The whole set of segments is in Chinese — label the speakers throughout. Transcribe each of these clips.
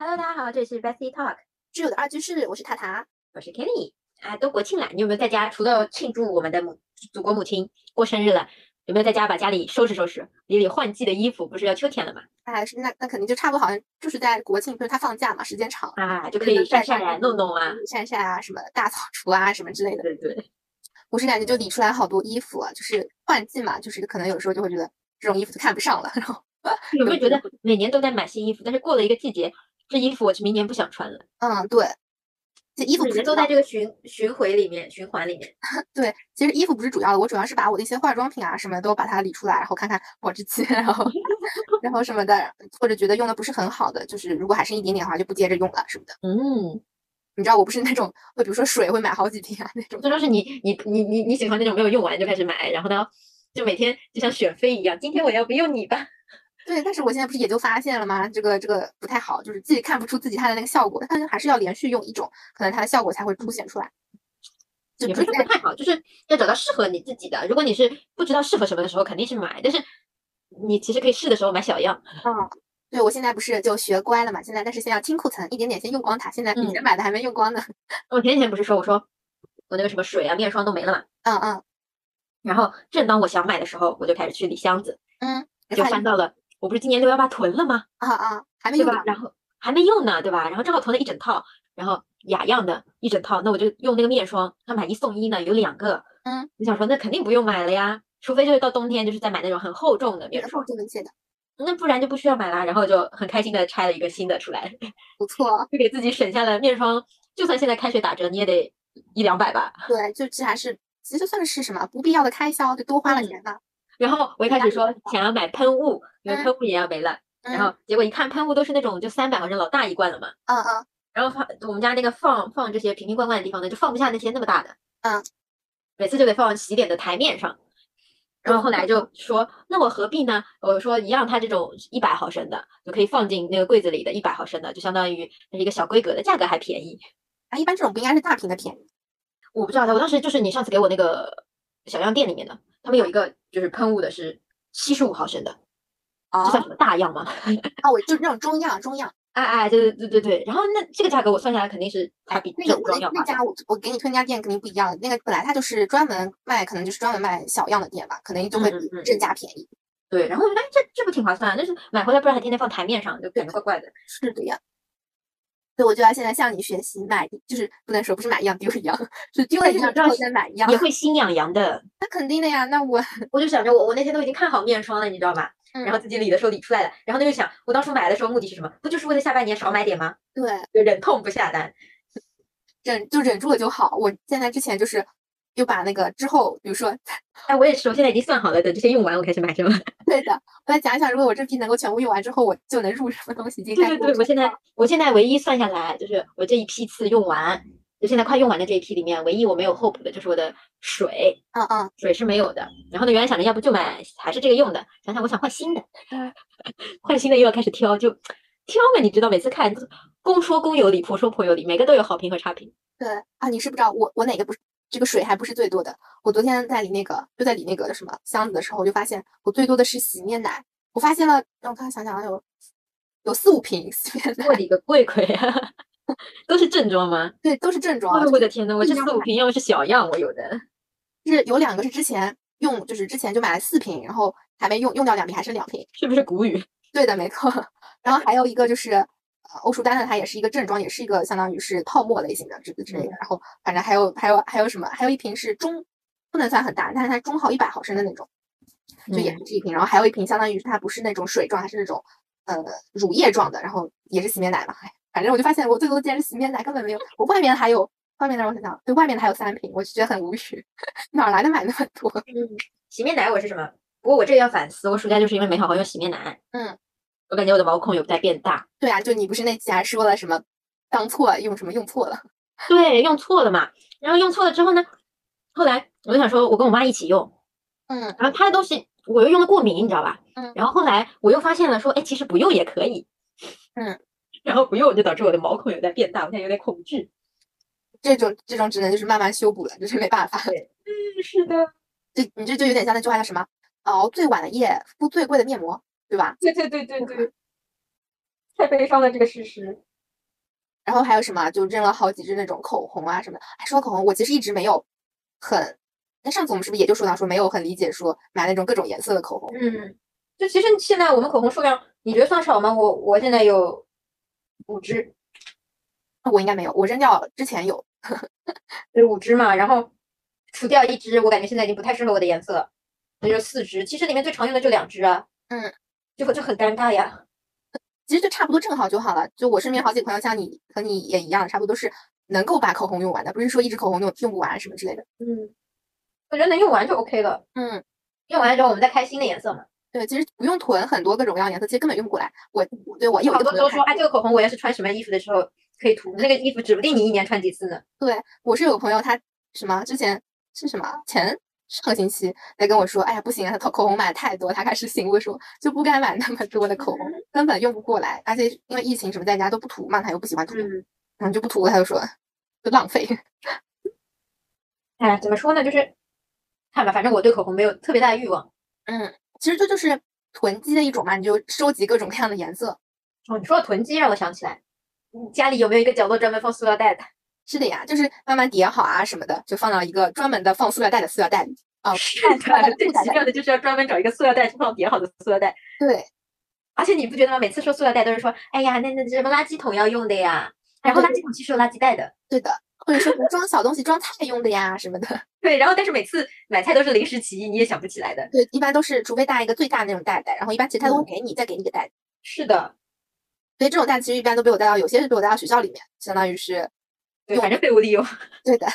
Speaker 1: Hello，大家好，这里是 Betsy Talk，
Speaker 2: 挚友的二居室，我是塔塔。
Speaker 1: 我是 Kenny。啊，都国庆了，你有没有在家除了庆祝我们的母祖国母亲过生日了，有没有在家把家里收拾收拾，理理换季的衣服？不是要秋天了嘛？
Speaker 2: 哎，是那那肯定就差不多，好像就是在国庆，就是他放假嘛，时间长，
Speaker 1: 啊，就
Speaker 2: 就
Speaker 1: 可以
Speaker 2: 能
Speaker 1: 晒晒
Speaker 2: 晒晒
Speaker 1: 呀、弄弄啊。
Speaker 2: 晒晒啊，什么大扫除啊，什么之类的。
Speaker 1: 对对，
Speaker 2: 我是感觉就理出来好多衣服啊，就是换季嘛，就是可能有时候就会觉得这种衣服就看不上了，然后
Speaker 1: 有没有觉得每年都在买新衣服，但是过了一个季节，这衣服我明年不想穿了。
Speaker 2: 嗯，对，这衣服
Speaker 1: 每
Speaker 2: 不是
Speaker 1: 年
Speaker 2: 主
Speaker 1: 都在
Speaker 2: 要
Speaker 1: 这个循循回里面、循环里面。
Speaker 2: 对，其实衣服不是主要的，我主要是把我的一些化妆品啊什么都把它理出来，然后看看保质期，然后然后什么的，或者觉得用的不是很好的，就是如果还剩一点点的话就不接着用了什么的。
Speaker 1: 嗯，
Speaker 2: 你知道我不是那种会，比如说水会买好几瓶啊那种。
Speaker 1: 这都是你你你你你喜欢那种没有用完就开始买，然后呢，就每天就像选妃一样，今天我要不用你吧。
Speaker 2: 对，但是我现在不是也就发现了吗？这个这个不太好，就是自己看不出自己它的那个效果，但是还是要连续用一种，可能它的效果才会凸显出来。就
Speaker 1: 嗯也不
Speaker 2: 不
Speaker 1: 是
Speaker 2: 是
Speaker 1: 说
Speaker 2: 在
Speaker 1: 不太好，就是要找到适合你自己的。如果你是不知道适合什么的时候，肯定是买，但是你其实可以试的时候买小样。
Speaker 2: 嗯，对我现在不是就学乖了嘛？现在但是先要听库存，一点点先用光它。现在以
Speaker 1: 嗯
Speaker 2: 前买的还没用光呢。
Speaker 1: 我前几天不是说我说我那个什么水啊、面霜都没了嘛，
Speaker 2: 嗯嗯
Speaker 1: 然后正当我想买的时候，我就开始去理箱子，
Speaker 2: 嗯，
Speaker 1: 就翻到了我不是今年六幺八囤了吗？
Speaker 2: 啊啊，还没
Speaker 1: 对
Speaker 2: 用
Speaker 1: 吧
Speaker 2: 完？。
Speaker 1: 然后还没用呢，对吧？然后正好囤了一整套，然后雅漾的一整套，那我就用那个面霜，它买一送一呢，有两个。
Speaker 2: 嗯，
Speaker 1: 我想说那肯定不用买了呀，除非就是到冬天就是再买那种很厚重的面
Speaker 2: 然后
Speaker 1: 霜，
Speaker 2: 就能写的
Speaker 1: 那不然就不需要买啦。然后就很开心的拆了一个新的出来，
Speaker 2: 不错哦，
Speaker 1: 就给自己省下了面霜，就算现在开学打折，你也得一两百吧。
Speaker 2: 对，就这还是其实算是什么不必要的开销，就多花了
Speaker 1: 嗯
Speaker 2: 钱嘛。
Speaker 1: 然后我一开始说想要买喷雾，因为
Speaker 2: 嗯
Speaker 1: 喷雾也要没了，然
Speaker 2: 嗯
Speaker 1: 后结果一看喷雾都是那种就三百毫升老大一罐了嘛，
Speaker 2: 嗯嗯，
Speaker 1: 然后放我们家那个放放这些瓶瓶罐罐的地方呢，就放不下那些那么大的，
Speaker 2: 嗯，
Speaker 1: 每次就得放洗脸的台面上。然后后来
Speaker 2: 嗯
Speaker 1: 就说，那我何必呢？我说一样，它这种一百毫升的就可以放进那个柜子里的，一百毫升的就相当于那是一个小规格的，价格还便宜。
Speaker 2: 啊，一般这种不应该是大瓶的便宜？
Speaker 1: 我不知道的，我当时就是你上次给我那个小样店里面的，他们有一个就是喷雾的是七十五毫升的，
Speaker 2: 哦
Speaker 1: 这算什么大样 吗？
Speaker 2: 啊，我就是那种中样中样。
Speaker 1: 哎哎，对对对对对，然后那这个价格我算下来肯定是还比
Speaker 2: 那
Speaker 1: 正
Speaker 2: 个我
Speaker 1: 装要
Speaker 2: 那那
Speaker 1: 划算
Speaker 2: 家我我给你推那家店肯定不一样，那个本来它就是专门卖，可能就是专门卖小样的店吧，可能就会
Speaker 1: 嗯
Speaker 2: 比
Speaker 1: 嗯嗯
Speaker 2: 正价便宜。
Speaker 1: 对，然后我觉得哎，这这不挺划算的，但是买回来不然还天天放台面上，就感觉怪 怪的。
Speaker 2: 是的呀。所以我就要现在向你学习，买就是不能说不是买一样丢一样，是丢了
Speaker 1: 但
Speaker 2: 一
Speaker 1: 是
Speaker 2: 样
Speaker 1: 你
Speaker 2: 之
Speaker 1: 知道
Speaker 2: 后再买一样
Speaker 1: 也。会心痒痒的。
Speaker 2: 那肯定的呀，那我
Speaker 1: 我就想着我我那天都已经看好面霜了，你知道吗？ 然
Speaker 2: 嗯
Speaker 1: 后自己理的时候理出来了，然后他就想我当初买的时候目的是什么？不就是为了下半年少买点吗？
Speaker 2: 对
Speaker 1: 就忍痛不下单。
Speaker 2: 忍就忍住了就好。我现在之前就是又把那个之后，比如说
Speaker 1: 哎，我也是，我现在已经算好了，等这些用完我开始买什么。
Speaker 2: 对的，我再想一想，如果我这批能够全部用完之后，我就能入什么东西进。
Speaker 1: 对对对，我现在 我现在唯一算下来就是我这一批次用完，就现在快用完的这一批里面，唯一我没有 hope 的就是我的水，
Speaker 2: 嗯嗯，
Speaker 1: 水是没有的。然后呢，原来想着要不就买还是这个用的，想想我想换新 的，换新的又要开始挑，就挑嘛，你知道，每次看公说公有理，婆说婆有理，每个都有好评和差评。
Speaker 2: 对啊，你是不知道我我哪个不是这个水还不是最多的。我昨天在理那个就在理那个什么箱子的时候，我就发现我最多的是洗面奶。我发现了，让我看想想啊，有有四五瓶洗面
Speaker 1: 我
Speaker 2: 奶，
Speaker 1: 的个贵鬼啊！ 都是正装吗？
Speaker 2: 对，都是正装
Speaker 1: 哎
Speaker 2: 啊，
Speaker 1: 呦我的天呐，我
Speaker 2: 一
Speaker 1: 这
Speaker 2: 样
Speaker 1: 四五
Speaker 2: 买
Speaker 1: 瓶要么是小样，我有的。
Speaker 2: 就是有两个是之前用，就是之前就买了四瓶，然后还没用，用掉两瓶还剩两瓶。
Speaker 1: 是不是古语？
Speaker 2: 对的，没错。 然后还有一个就是，呃，欧舒丹的，它也是一个正装，也是一个相当于是泡沫类型的之之类的。然后反正还有还有还有什么，还有一瓶是中，不能算很大，但是它中号一百毫升的那种，就也
Speaker 1: 嗯
Speaker 2: 是这一瓶。然后还有一瓶相当于是它不是那种水状，它是那种呃乳液状的，然后也是洗面奶嘛。哎反正我就发现我最多的竟然是洗面奶，根本没有。我外面还有外面的，我想想，对，外面的还有三瓶，我就觉得很无语，哪儿来的买那么多？
Speaker 1: 洗面奶我是什么？不过我这个要反思，我暑假就是因为没好好用洗面奶，
Speaker 2: 嗯，
Speaker 1: 我感觉我的毛孔有在变大。
Speaker 2: 对啊，就你不是那期还说了什么当错用什么用错了？
Speaker 1: 对，用错了嘛。然后用错了之后呢，后来我就想说，我跟我妈一起用，
Speaker 2: 嗯
Speaker 1: 然后她的东西我又用的过敏，你知道吧？
Speaker 2: 嗯
Speaker 1: 然后后来我又发现了说，哎，其实不用也可以。
Speaker 2: 嗯。
Speaker 1: 然后不用就导致我的毛孔有在变大，我现在有点恐惧。
Speaker 2: 这种这种只能就是慢慢修补了，就是没办法。
Speaker 1: 是的，
Speaker 2: 这你这就有点像那句话叫什么？熬最晚的夜，敷最贵的面膜，对吧？
Speaker 1: 对对对对对，太悲伤了这个事实。
Speaker 2: 然后还有什么，就扔了好几支那种口红啊什么的。哎，说到口红，我其实一直没有很，那上次我们是不是也就说到说没有很理解说买那种各种颜色的口红？
Speaker 1: 嗯，就其实现在我们口红数量，你觉得算少吗？我我现在有五支，
Speaker 2: 我应该没有，我扔掉之前有，
Speaker 1: 对，呃五支嘛，然后除掉一支，我感觉现在已经不太适合我的颜色，那就是四支。其实里面最常用的就两支啊，
Speaker 2: 嗯，
Speaker 1: 就就很尴尬呀。
Speaker 2: 其实就差不多正好就好了。就我身边好几个朋友，像你和你也一样，差不多是能够把口红用完的，不是说一支口红用用不完什么之类的。
Speaker 1: 嗯，我觉得能用完就 OK 了，
Speaker 2: 嗯，
Speaker 1: 用完了之后我们再开新的颜色嘛。
Speaker 2: 对，其实不用囤很多各种各样的颜色，其实根本用不过来。我对我有一
Speaker 1: 好
Speaker 2: 个
Speaker 1: 多
Speaker 2: 朋友
Speaker 1: 都
Speaker 2: 他
Speaker 1: 说，哎，这个口红我要是穿什么衣服的时候可以涂，那个衣服指不定你一年穿几次呢。
Speaker 2: 对，我是有朋友，他什么之前是什么前上个星期在跟我说，哎呀不行啊，他口口红买得太多，他开始醒悟说就不该买那么多的口红，根本用不过来，而且因为疫情什么在家都不涂嘛，他又不喜欢涂，
Speaker 1: 嗯。
Speaker 2: 然后就不涂，他就说就浪费。
Speaker 1: 哎，怎么说呢？就是看吧，反正我对口红没有特别大的欲望。
Speaker 2: 嗯，其实这就是囤积的一种嘛，你就收集各种各样的颜色。
Speaker 1: 哦，你说到囤积，让我想起来，你家里有没有一个角落专门放塑料 袋的？
Speaker 2: 是的呀，就是慢慢叠好啊什么的，就放到一个专门的放塑料袋的塑料袋里。哦，
Speaker 1: 是的，最奇妙的就是要专门找一个塑料袋去放叠好的塑料袋。
Speaker 2: 对，
Speaker 1: 而且你不觉得吗？每次说塑料袋都是说，哎呀，那那什么垃圾桶要用的呀，然后垃圾桶其实有垃圾袋的。
Speaker 2: 对的，或者说什么装小东西、装菜用的呀什么的。
Speaker 1: 对，然后但是每次买菜都是临时起意，你也想不起来的。
Speaker 2: 对，一般都是除非大一个最大的那种袋子，然后一般其他都会给你，再给你一个袋子。
Speaker 1: 是的，
Speaker 2: 所以这种袋子其实一般都被我带到，有些是被我带到学校里面，相当于是
Speaker 1: 对，反正废物利 用。
Speaker 2: 对的，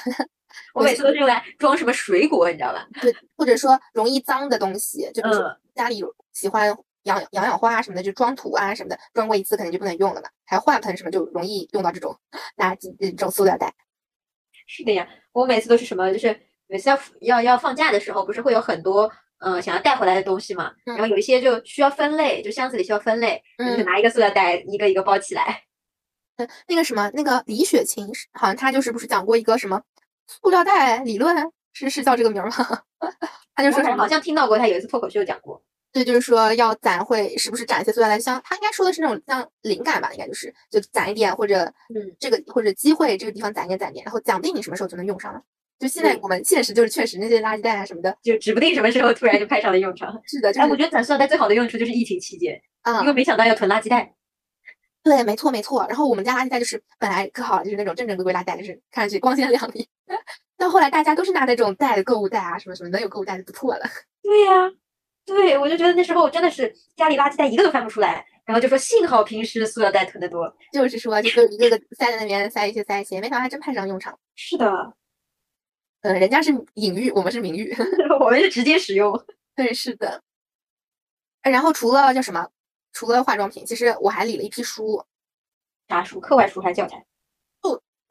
Speaker 1: 我每次都是用来装什么水果，你知道吧？
Speaker 2: 对，或者说容易脏的东西，就比如说
Speaker 1: 嗯
Speaker 2: 家里有喜欢养养养花啊什么的，就装土啊什么的，装过一次可能就不能用了嘛，还有花盆什么就容易用到这种垃圾呃这种塑料袋。
Speaker 1: 是的呀，我每次都是什么，就是每次要要要放假的时候，不是会有很多嗯、呃想要带回来的东西嘛，然后有一些就需要分类，就箱子里需要分类，就是
Speaker 2: 嗯
Speaker 1: 拿一个塑料袋一个一个包起来。
Speaker 2: 嗯，那个什么，那个李雪琴是好像她就是不是讲过一个什么塑料袋理论，是是叫这个名儿吗？ 她就
Speaker 1: 就
Speaker 2: 说
Speaker 1: 说
Speaker 2: 什
Speaker 1: 是
Speaker 2: 么
Speaker 1: 好像听到过他有一次脱口秀讲过，
Speaker 2: 对，就是说要攒会时不时攒一些塑料袋箱，他应该说的是那种像灵感吧，应该就是就攒一点或者
Speaker 1: 嗯
Speaker 2: 这个或者机会这个地方攒一点攒一点，然后讲不定你什么时候就能用上了。就现在
Speaker 1: 对
Speaker 2: 我们现实就是确实那些垃圾袋啊什么的，
Speaker 1: 就指不定什么时候突然就派上了用场。
Speaker 2: 是 的，就
Speaker 1: 哎，我
Speaker 2: 是
Speaker 1: 觉得攒塑料袋最好的用处就是疫情期间，
Speaker 2: 啊
Speaker 1: 因为，没想到要囤垃圾袋。
Speaker 2: 对，没错没错。然后我们家垃圾袋就是本来可好了，就是那种正正规规垃圾袋，就是看上去光鲜亮丽。 但后来大家都是拿那种带的购物袋啊什么什么，能有购物袋就不错了。
Speaker 1: 对呀、对我就觉得那时候真的是家里垃圾袋一个都翻不出来，然后就说幸好平时塑料袋囤得多。
Speaker 2: 就是说，就就一个个塞在那边塞一些塞一些，没想到还真派上用场。
Speaker 1: 是的，
Speaker 2: 嗯，人家是隐喻，我们是名誉。
Speaker 1: 我们是直接使用。
Speaker 2: 对，是的。呃然后除了叫什么，除了化妆品，其实我还理了一批书。
Speaker 1: 啥书？课外书还是教材？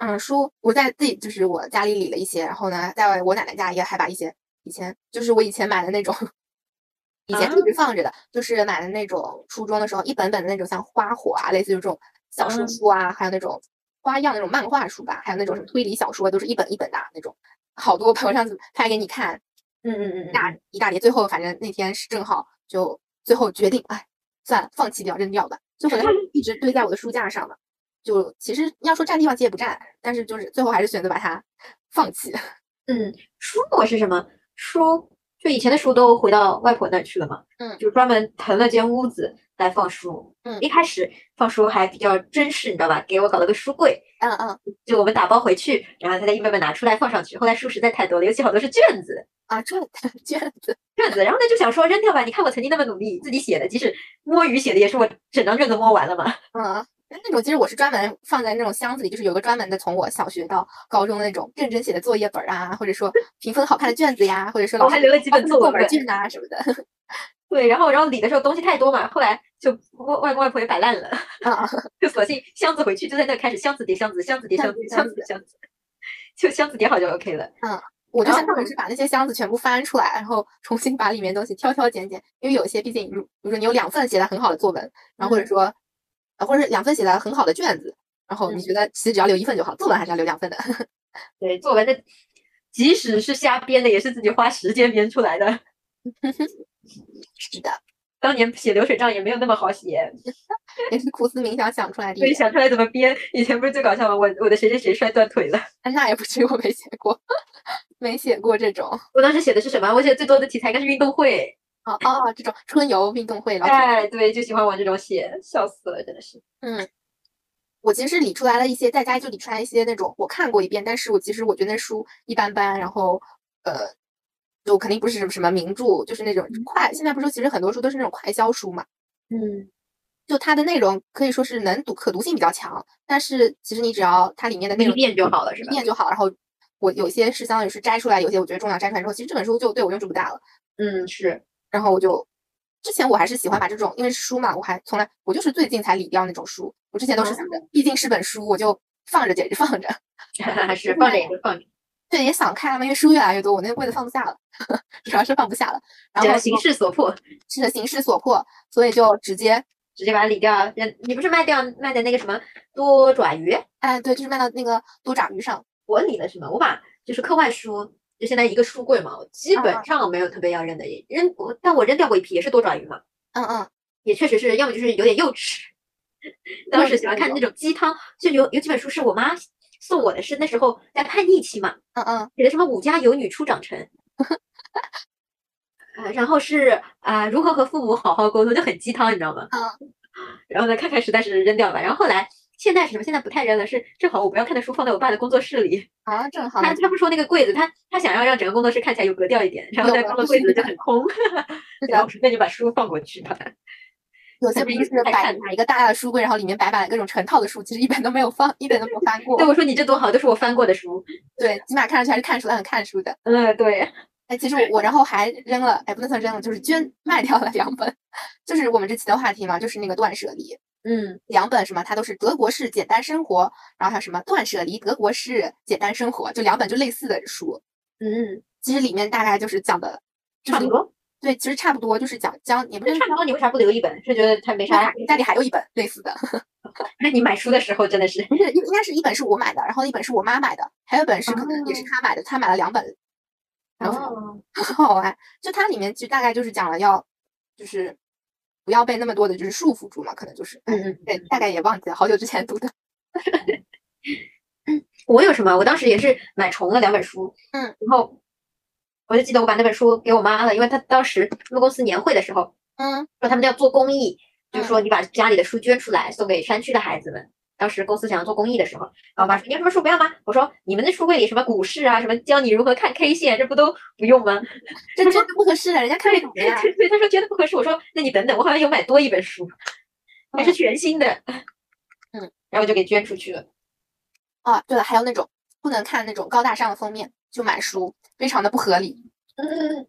Speaker 2: 嗯，书我在自己就是我家里理了一些，然后呢，在我奶奶家也还把一些以前就是我以前买的那种， 以前一直放着的，就是买的那种初中的时候一本本的那种像花火啊，类似于这种小说
Speaker 1: 嗯
Speaker 2: 书啊，还有那种花样那种漫画书吧，还有那种什么推理小说，都是一本一本的啊那种。好多 朋友上次拍给你看，
Speaker 1: 嗯嗯嗯
Speaker 2: 一大一大叠，最后反正那天是正好就最后决定，哎，算了，放弃掉，扔掉吧。就回来一直堆在我的书架上了。就其实要说占地方，其实也不占，但是就是最后还是选择把它放弃。
Speaker 1: 嗯，书我是什么书？就以前的书都回到外婆那儿去了嘛，
Speaker 2: 嗯
Speaker 1: 就专门腾了间屋子来放书。
Speaker 2: 嗯
Speaker 1: 一开始放书还比较珍视，你知道吧？给我搞了个书柜，
Speaker 2: 嗯嗯
Speaker 1: 就我们打包回去，然后他再一本本拿出来放上去。后来书实在太多了，尤其好多是卷子，
Speaker 2: 啊，这 卷子，
Speaker 1: 卷子。然后呢就想说扔掉吧，你看我曾经那么努力自己写的，即使摸鱼写的也是我整张卷子摸完了嘛。
Speaker 2: 嗯，那种其实我是专门放在那种箱子里，就是有个专门的，从我小学到高中的那种认真写的作业本儿啊，或者说评分好看的卷子呀，或者说
Speaker 1: 我
Speaker 2: 老
Speaker 1: 哦还
Speaker 2: 师
Speaker 1: 留了几本
Speaker 2: 帮助
Speaker 1: 作
Speaker 2: 作
Speaker 1: 文
Speaker 2: 文。卷啊什么的。
Speaker 1: 对，然后然后理的时候东西太多嘛，后来就外外公外婆也摆烂了。
Speaker 2: 啊，
Speaker 1: 就索性箱子回去就在那开始箱子叠箱子，箱子叠
Speaker 2: 箱
Speaker 1: 箱
Speaker 2: 子
Speaker 1: 子，
Speaker 2: 叠
Speaker 1: 箱子箱子，就箱子叠好就 OK 了。
Speaker 2: 我就
Speaker 1: 然
Speaker 2: 相当于是把那些箱子全部翻出来，然后重新把里面东西挑挑拣拣，因为有一些毕竟，如比如说你有两份写的很好的作文，然后或者
Speaker 1: 嗯
Speaker 2: 说，呃或者是两份写的很好的卷子，然后
Speaker 1: 嗯
Speaker 2: 你觉得其实只要留一份就好，作文还是要留两份的。
Speaker 1: 对，作文的即使是瞎编的，也是自己花时间编出来的。
Speaker 2: 是的，
Speaker 1: 当年写流水账也没有那么好写，
Speaker 2: 也是苦思冥想想出来的
Speaker 1: 所以
Speaker 2: 一个。
Speaker 1: 想出来怎么编。以前不是最搞笑吗？我我的谁谁谁摔断腿了。
Speaker 2: 但是那也不至于我没写过， 没写过这种。
Speaker 1: 我当时写的是什么？我写的最多的题材应该是运动会。
Speaker 2: 哦哦，哦这种春游运动会，老师
Speaker 1: 哎，对，就喜欢往这种写，笑死了，真的是。
Speaker 2: 我其实理出来了一些，在家就理出来一些那种我看过一遍，但是我其实我觉得那书一般般，然后呃，就肯定不是什么名著，就是那种快。现在不是说其实很多书都是那种快销书嘛，
Speaker 1: 嗯，
Speaker 2: 就它的内容可以说是能读可读性比较强，但是其实你只要它里面的内
Speaker 1: 一
Speaker 2: 容
Speaker 1: 遍就好了，是吧？
Speaker 2: 念就好，然后。我有些是相当于是摘出来，有些我觉得重要摘出来之后，其实这本书就对我用处不大了。
Speaker 1: 嗯， 是。
Speaker 2: 然后我就之前我还是喜欢把这种，因为是书嘛，我还从来我就是最近才理掉那种书，我之前都
Speaker 1: 啊
Speaker 2: 是想着，毕竟是本书，我就放着解着放着。
Speaker 1: 是放着也就放着，
Speaker 2: 对，也想看了嘛，因为书越来越多，我那个柜子放不下了， 主要是放不下了。然
Speaker 1: 只
Speaker 2: 后
Speaker 1: 要形
Speaker 2: 就
Speaker 1: 势所迫，
Speaker 2: 是的形势所迫，所以就直接
Speaker 1: 直接把它理掉。人你不是卖掉卖的那个什么多爪鱼？
Speaker 2: 哎，对，就是卖到那个多爪鱼上。
Speaker 1: 我理了什么？我把就是课外书，就现在一个书柜嘛，我基
Speaker 2: 嗯
Speaker 1: 本上没有特别要扔的，也扔我，但我扔掉过一批，也是多爪鱼嘛，
Speaker 2: 嗯嗯，
Speaker 1: 也确实是，要么就是有点幼稚。 当时喜欢看那种鸡汤，就有有几本书是我妈送我的是，那时候在叛逆期嘛，
Speaker 2: 嗯嗯，
Speaker 1: 写的什么武家有女初长 成，呃，然后是啊、如何和父母好好沟通，就很鸡汤，你知道吗？
Speaker 2: 嗯。
Speaker 1: 然后呢，看看实在是扔掉吧。然后后来现在是什么？现在不太扔了，是正好我不要看的书放在我爸的工作室里。
Speaker 2: 啊，正好
Speaker 1: 他他不说那个柜子，他他想要让整个工作室看起来有格调一点，然后
Speaker 2: 有
Speaker 1: 但
Speaker 2: 格
Speaker 1: 放到
Speaker 2: 调
Speaker 1: 柜子
Speaker 2: 是
Speaker 1: 就 很空。 然后我说那就把书放过去吧。
Speaker 2: 有些
Speaker 1: 还
Speaker 2: 不
Speaker 1: 是
Speaker 2: 就
Speaker 1: 一
Speaker 2: 是
Speaker 1: 直在
Speaker 2: 摆
Speaker 1: 看
Speaker 2: 摆一个大大的书柜，然后里面摆满了各种成套的书，其实一本都没有放，一本都没有翻过
Speaker 1: 对，。我说你这多好，都是我翻过的书。
Speaker 2: 对，起码看上去还是看书的，很看书的。
Speaker 1: 嗯，对，
Speaker 2: 哎，其实我我然后还扔了，哎，不能算扔了，就是捐卖掉了两本， 就是我们这期的话题嘛，就是那个断舍离，
Speaker 1: 嗯，
Speaker 2: 两本什么，它都是德国式简单生活，然后还有什么断舍离德国式简单生活，就两本就类似的书，
Speaker 1: 嗯嗯，
Speaker 2: 其实里面大概就是讲的， 就
Speaker 1: 差
Speaker 2: 是嗯
Speaker 1: 不多。
Speaker 2: 对，其实差不多，就是讲将也不
Speaker 1: 那
Speaker 2: 是
Speaker 1: 差不多，你为啥不留一本？是觉得它没
Speaker 2: 家
Speaker 1: 啥？
Speaker 2: 家里还有一本类似的，
Speaker 1: 那你买书的时候真的是，
Speaker 2: 不是应应该是一本是我买的，然后一本是我妈买的，还有一本是可能也是她买的，她买了两本，然 后
Speaker 1: 哦，
Speaker 2: 很好玩。就它里面其实大概就是讲了要，就是不要被那么多的就是束缚住嘛，可能就是，
Speaker 1: 嗯嗯，
Speaker 2: 对，大概也忘记了，好久之前读的。
Speaker 1: 我有什么？我当时也是买重了两本书，
Speaker 2: 嗯，
Speaker 1: 然后我就记得我把那本书给我妈了，因为她当时他们公司年会的时候
Speaker 2: 嗯
Speaker 1: 说他们要做公益，就
Speaker 2: 嗯
Speaker 1: 说你把家里的书捐出来送给山区的孩子们。当时公司想要做公益的时候，然后我妈说：“你有什么书不要吗？”我说：“你们的书柜里什么股市啊，什么教你如何看 K 线，这不都不用吗
Speaker 2: 这真的不合适的，啊人家？”看
Speaker 1: 对
Speaker 2: 不懂的
Speaker 1: 对
Speaker 2: 呀。
Speaker 1: 对对，她说觉得不合适。我说：“那你等等，我好像有买多一本书，还是全新的。”
Speaker 2: 嗯，
Speaker 1: 然后我就给捐出去了。
Speaker 2: 啊，对了，还有那种不能看那种高大上的封面就买书，非常的不合理。
Speaker 1: 嗯，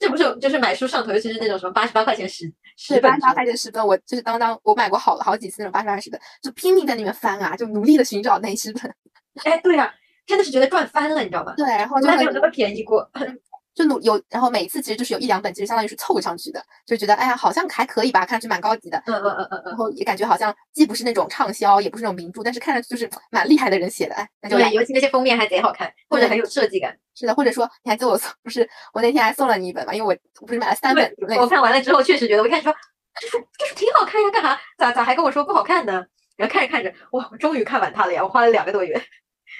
Speaker 1: 这不是就是买书上头，就是那种什么八十八块钱十
Speaker 2: 对，
Speaker 1: 十本
Speaker 2: 八十八块钱十本，我就是当当我买过好好几次那种八十八块十本，就拼命在里面翻啊，就努力的寻找那十本。
Speaker 1: 书，哎，对啊，真的是觉得赚翻了，你知道吗？
Speaker 2: 对，然后
Speaker 1: 从
Speaker 2: 就
Speaker 1: 来没
Speaker 2: 很
Speaker 1: 有那么便宜过。 嗯
Speaker 2: 就努有，然后每次其实就是有一两本，其实相当于是凑上去的，就觉得哎呀好像还可以吧，看上去蛮高级的，
Speaker 1: 嗯嗯嗯嗯嗯，
Speaker 2: 然后也感觉好像既不是那种畅销，也不是那种名著，但是看上去就是蛮厉害的人写的，哎，那就来
Speaker 1: 对，尤其那些封面还贼好看，或者很有设计感。
Speaker 2: 是的，或者说你还给我送，不是我那天还送了你一本嘛，因为我我不是买了三本那
Speaker 1: 我看完了之后，确实觉得我一开始说这书这书挺好看呀，干啥？咋咋还跟我说不好看呢？然后看着看着，哇，我终于看完它了呀！我花了两个多月，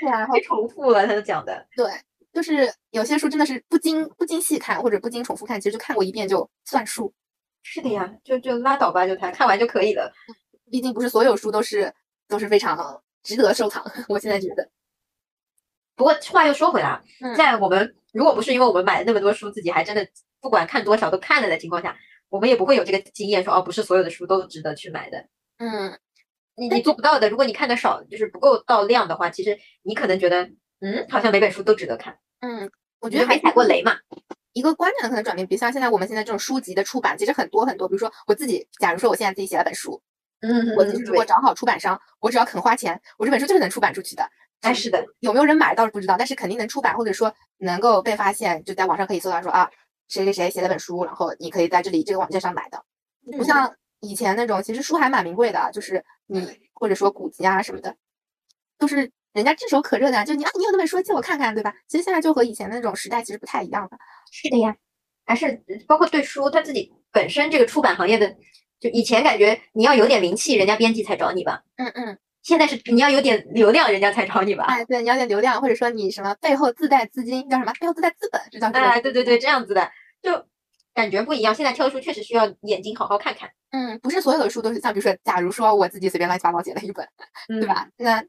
Speaker 2: 对啊，然后
Speaker 1: 还重复了他讲的。
Speaker 2: 对，就是有些书真的是不经不经细看或者不经重复看，其实就看过一遍就算数，
Speaker 1: 是的呀，就就拉倒吧，就它看完就可以了。
Speaker 2: 毕竟不是所有书都是都是非常值得收藏。 我现在觉得，
Speaker 1: 不过话又说回来啊
Speaker 2: 嗯，
Speaker 1: 在我们如果不是因为我们买了那么多书，自己还真的不管看多少都看了的情况下，我们也不会有这个经验说哦，不是所有的书都值得去买的。
Speaker 2: 嗯，
Speaker 1: 你
Speaker 2: 但
Speaker 1: 你做不到的，如果你看的少，就是不够到量的话，其实你可能觉得嗯，好像每本书都值得看，
Speaker 2: 嗯，我
Speaker 1: 我
Speaker 2: 觉得还
Speaker 1: 没踩过雷嘛。
Speaker 2: 一个观念的可能转变，比如像现在我们现在这种书籍的出版，其实很多很多。比如说我自己，假如说我现在自己写了本书，
Speaker 1: 嗯
Speaker 2: 我其实如果
Speaker 1: 对，
Speaker 2: 找好出版商，我只要肯花钱，我这本书就是能出版出去的。
Speaker 1: 哎是的，
Speaker 2: 有没有人买倒是不知道，但是肯定能出版，或者说能够被发现，就在网上可以搜到说啊，谁谁谁写了本书，然后你可以在这里这个网站上买到。不
Speaker 1: 嗯
Speaker 2: 像以前那种，其实书还蛮名贵的啊，就是你或者说古籍啊什么的，都是人家炙手可热的啊，就你啊，你有那本书借我看看，对吧？其实现在就和以前那种时代其实不太一样了。
Speaker 1: 是的呀。还是包括对书，他自己本身这个出版行业的，就以前感觉你要有点名气，人家编辑才找你吧，
Speaker 2: 嗯嗯，
Speaker 1: 现在是你要有点流量，人家才找你吧。
Speaker 2: 哎，对，你要点流量，或者说你什么背后自带资金，叫什么背后自带资本，这叫什么？
Speaker 1: 哎，对对对，这样子的，就感觉不一样。现在挑书确实需要眼睛好好看看，
Speaker 2: 嗯，不是所有的书都是像，比如说，假如说我自己随便乱七八糟写了一本，
Speaker 1: 对
Speaker 2: 对？吧？那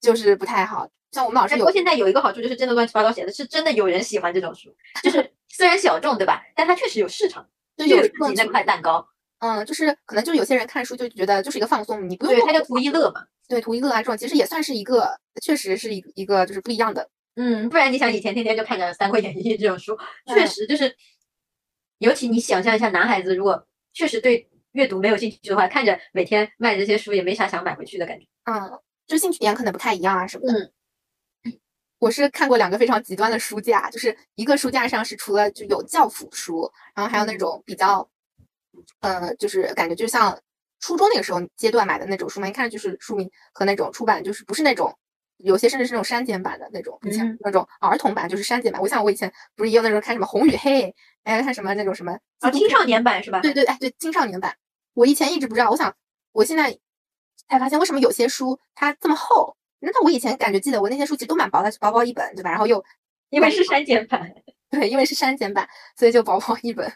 Speaker 2: 就是不太好。像我们老师
Speaker 1: 不
Speaker 2: 有
Speaker 1: 过现在有一个好处就是，真的乱七八糟写的是真的有人喜欢这种书，就是虽然小众，对吧？但它确实有市场，
Speaker 2: 就
Speaker 1: 就
Speaker 2: 有
Speaker 1: 有
Speaker 2: 一
Speaker 1: 自
Speaker 2: 个
Speaker 1: 己那块蛋糕，
Speaker 2: 嗯，就是可能就有些人看书就觉得就是一个放松，你不用
Speaker 1: 对，
Speaker 2: 做
Speaker 1: 他就图一乐嘛。
Speaker 2: 对图一乐啊这种，其实也算是一个，确实是一个一个就是不一样的。
Speaker 1: 嗯，不然你想以前天天就看着《三国演义》这种书，确
Speaker 2: 嗯
Speaker 1: 实就是，尤其你想象一下，男孩子如果确实对阅读没有兴趣的话，看着每天卖这些书也没啥想买回去的感觉。
Speaker 2: 嗯，就兴趣点可能不太一样啊什么的。
Speaker 1: 嗯
Speaker 2: 我是看过两个非常极端的书架，就是一个书架上是除了就有教辅书，然后还有那
Speaker 1: 嗯
Speaker 2: 种比较，呃，就是感觉就像初中那个时候阶段买的那种书嘛，一看就是书名和那种出版就是不是那种。有些甚至是那种删减版的那种，以前
Speaker 1: 嗯
Speaker 2: 那种儿童版就是删减版。我想我以前不是也有那种看什么《红与黑》，还有看什么那种什么
Speaker 1: 啊，
Speaker 2: 基督
Speaker 1: 青
Speaker 2: 教
Speaker 1: 少年版是吧？
Speaker 2: 对对，哎，对青少年版，我以前一直不知道，我想我现在才发现为什么有些书它这么厚。那我以前感觉记得我那些书其实都蛮薄的，就薄薄一本，对吧？然后又
Speaker 1: 因为是删减版。
Speaker 2: 对，因为是删减版，所以就薄薄一本。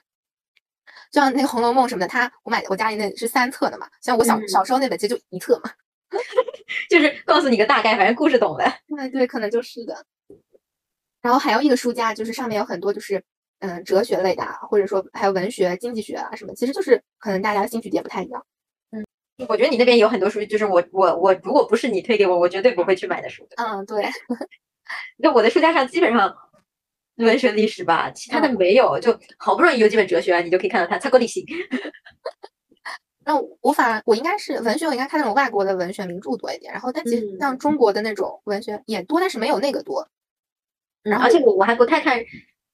Speaker 2: 就像那个《红楼梦》什么的，它我买我家里那是三册的嘛，像我小、
Speaker 1: 嗯
Speaker 2: 小时候那本其实就一册嘛。
Speaker 1: 就是告诉你个大概，反正故事懂了。
Speaker 2: 对对，可能就是的。然后还有一个书架，就是上面有很多就是嗯哲学类的啊，或者说还有文学、经济学啊什么，其实就是可能大家的兴趣点不太一样。
Speaker 1: 我觉得你那边有很多书，就是我我我如果不是你推给我，我绝对不会去买的书的。
Speaker 2: 嗯，对，
Speaker 1: 那我的书架上基本上文学历史吧，其他的
Speaker 2: 嗯
Speaker 1: 没有，就好不容易有几本哲学啊，你就可以看到它。擦过力行，
Speaker 2: 那我我反而我应该是文学，我应该看那种外国的文学名著多一点。然后，但其实像中国的那种文学也多，但是没有那个多
Speaker 1: 嗯而且我我还不太看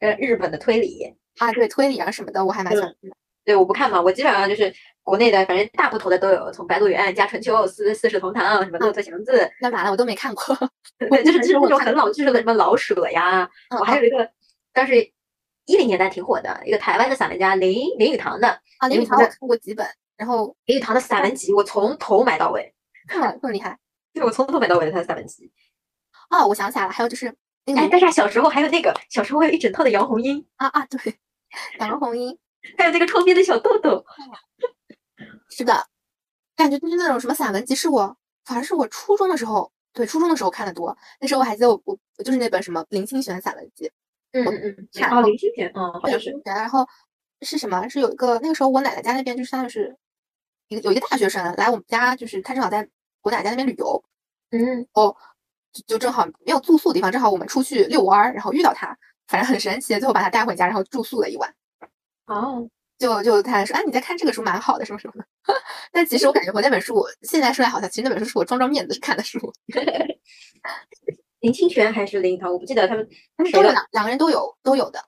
Speaker 1: 呃日本的推理，
Speaker 2: 啊。对，推理啊什么的，我还蛮想看的。
Speaker 1: 对，我不看嘛，我基本上就是国内的，反正大部头的都有，从《白鹿原》《家传秋思》《四世同堂》什么《骆驼祥子》
Speaker 2: 那完了，我都没看过。嗯 我
Speaker 1: 对，就是
Speaker 2: 还
Speaker 1: 这
Speaker 2: 我
Speaker 1: 种
Speaker 2: 看
Speaker 1: 很老制式的什么老舍呀，
Speaker 2: 嗯
Speaker 1: 我还
Speaker 2: 嗯
Speaker 1: 有一个当时一零年代挺火的一个台湾的散文家林林语堂的
Speaker 2: 啊，林语
Speaker 1: 有
Speaker 2: 堂
Speaker 1: 一
Speaker 2: 我
Speaker 1: 个
Speaker 2: 看过几本，然后
Speaker 1: 林语堂的散文集，我从头买到尾，
Speaker 2: 这么这么厉害
Speaker 1: 对我从头买到尾的他的散文集。
Speaker 2: 哦，我想起来了，还有就是那个
Speaker 1: 哎，
Speaker 2: 卢
Speaker 1: 但是小时候还有那个小时候还有一整套的杨红樱，
Speaker 2: 啊啊，对，杨红樱
Speaker 1: 还有那个窗边的小豆豆，
Speaker 2: 是的，感觉就是那种什么散文集，是我反而是我初中的时候，对初中的时候看的多。那时候我还记得我我我就是那本什么林清玄散文集，
Speaker 1: 嗯嗯
Speaker 2: 看
Speaker 1: 哦林清玄，嗯好
Speaker 2: 对，
Speaker 1: 像是，
Speaker 2: 然后是什么？是有一个那个时候我奶奶家那边就相当于是一个有一个大学生来我们家，就是他正好在我奶奶家那边旅游，
Speaker 1: 嗯
Speaker 2: 哦，就就正好没有住宿的地方，正好我们出去遛弯儿，然后遇到他，反正很神奇，最后把他带回家，然后住宿了一晚。
Speaker 1: 哦
Speaker 2: 就就他说，哎，你在看这个书蛮好的，什么什么的。但其实我感觉我那本书，我现在说来好像，其实那本书是我装装面子看的书。
Speaker 1: 林清玄还是林语堂，我不记得他们他们
Speaker 2: 都
Speaker 1: 谁
Speaker 2: 有
Speaker 1: 了。
Speaker 2: 两两个人都有都有的。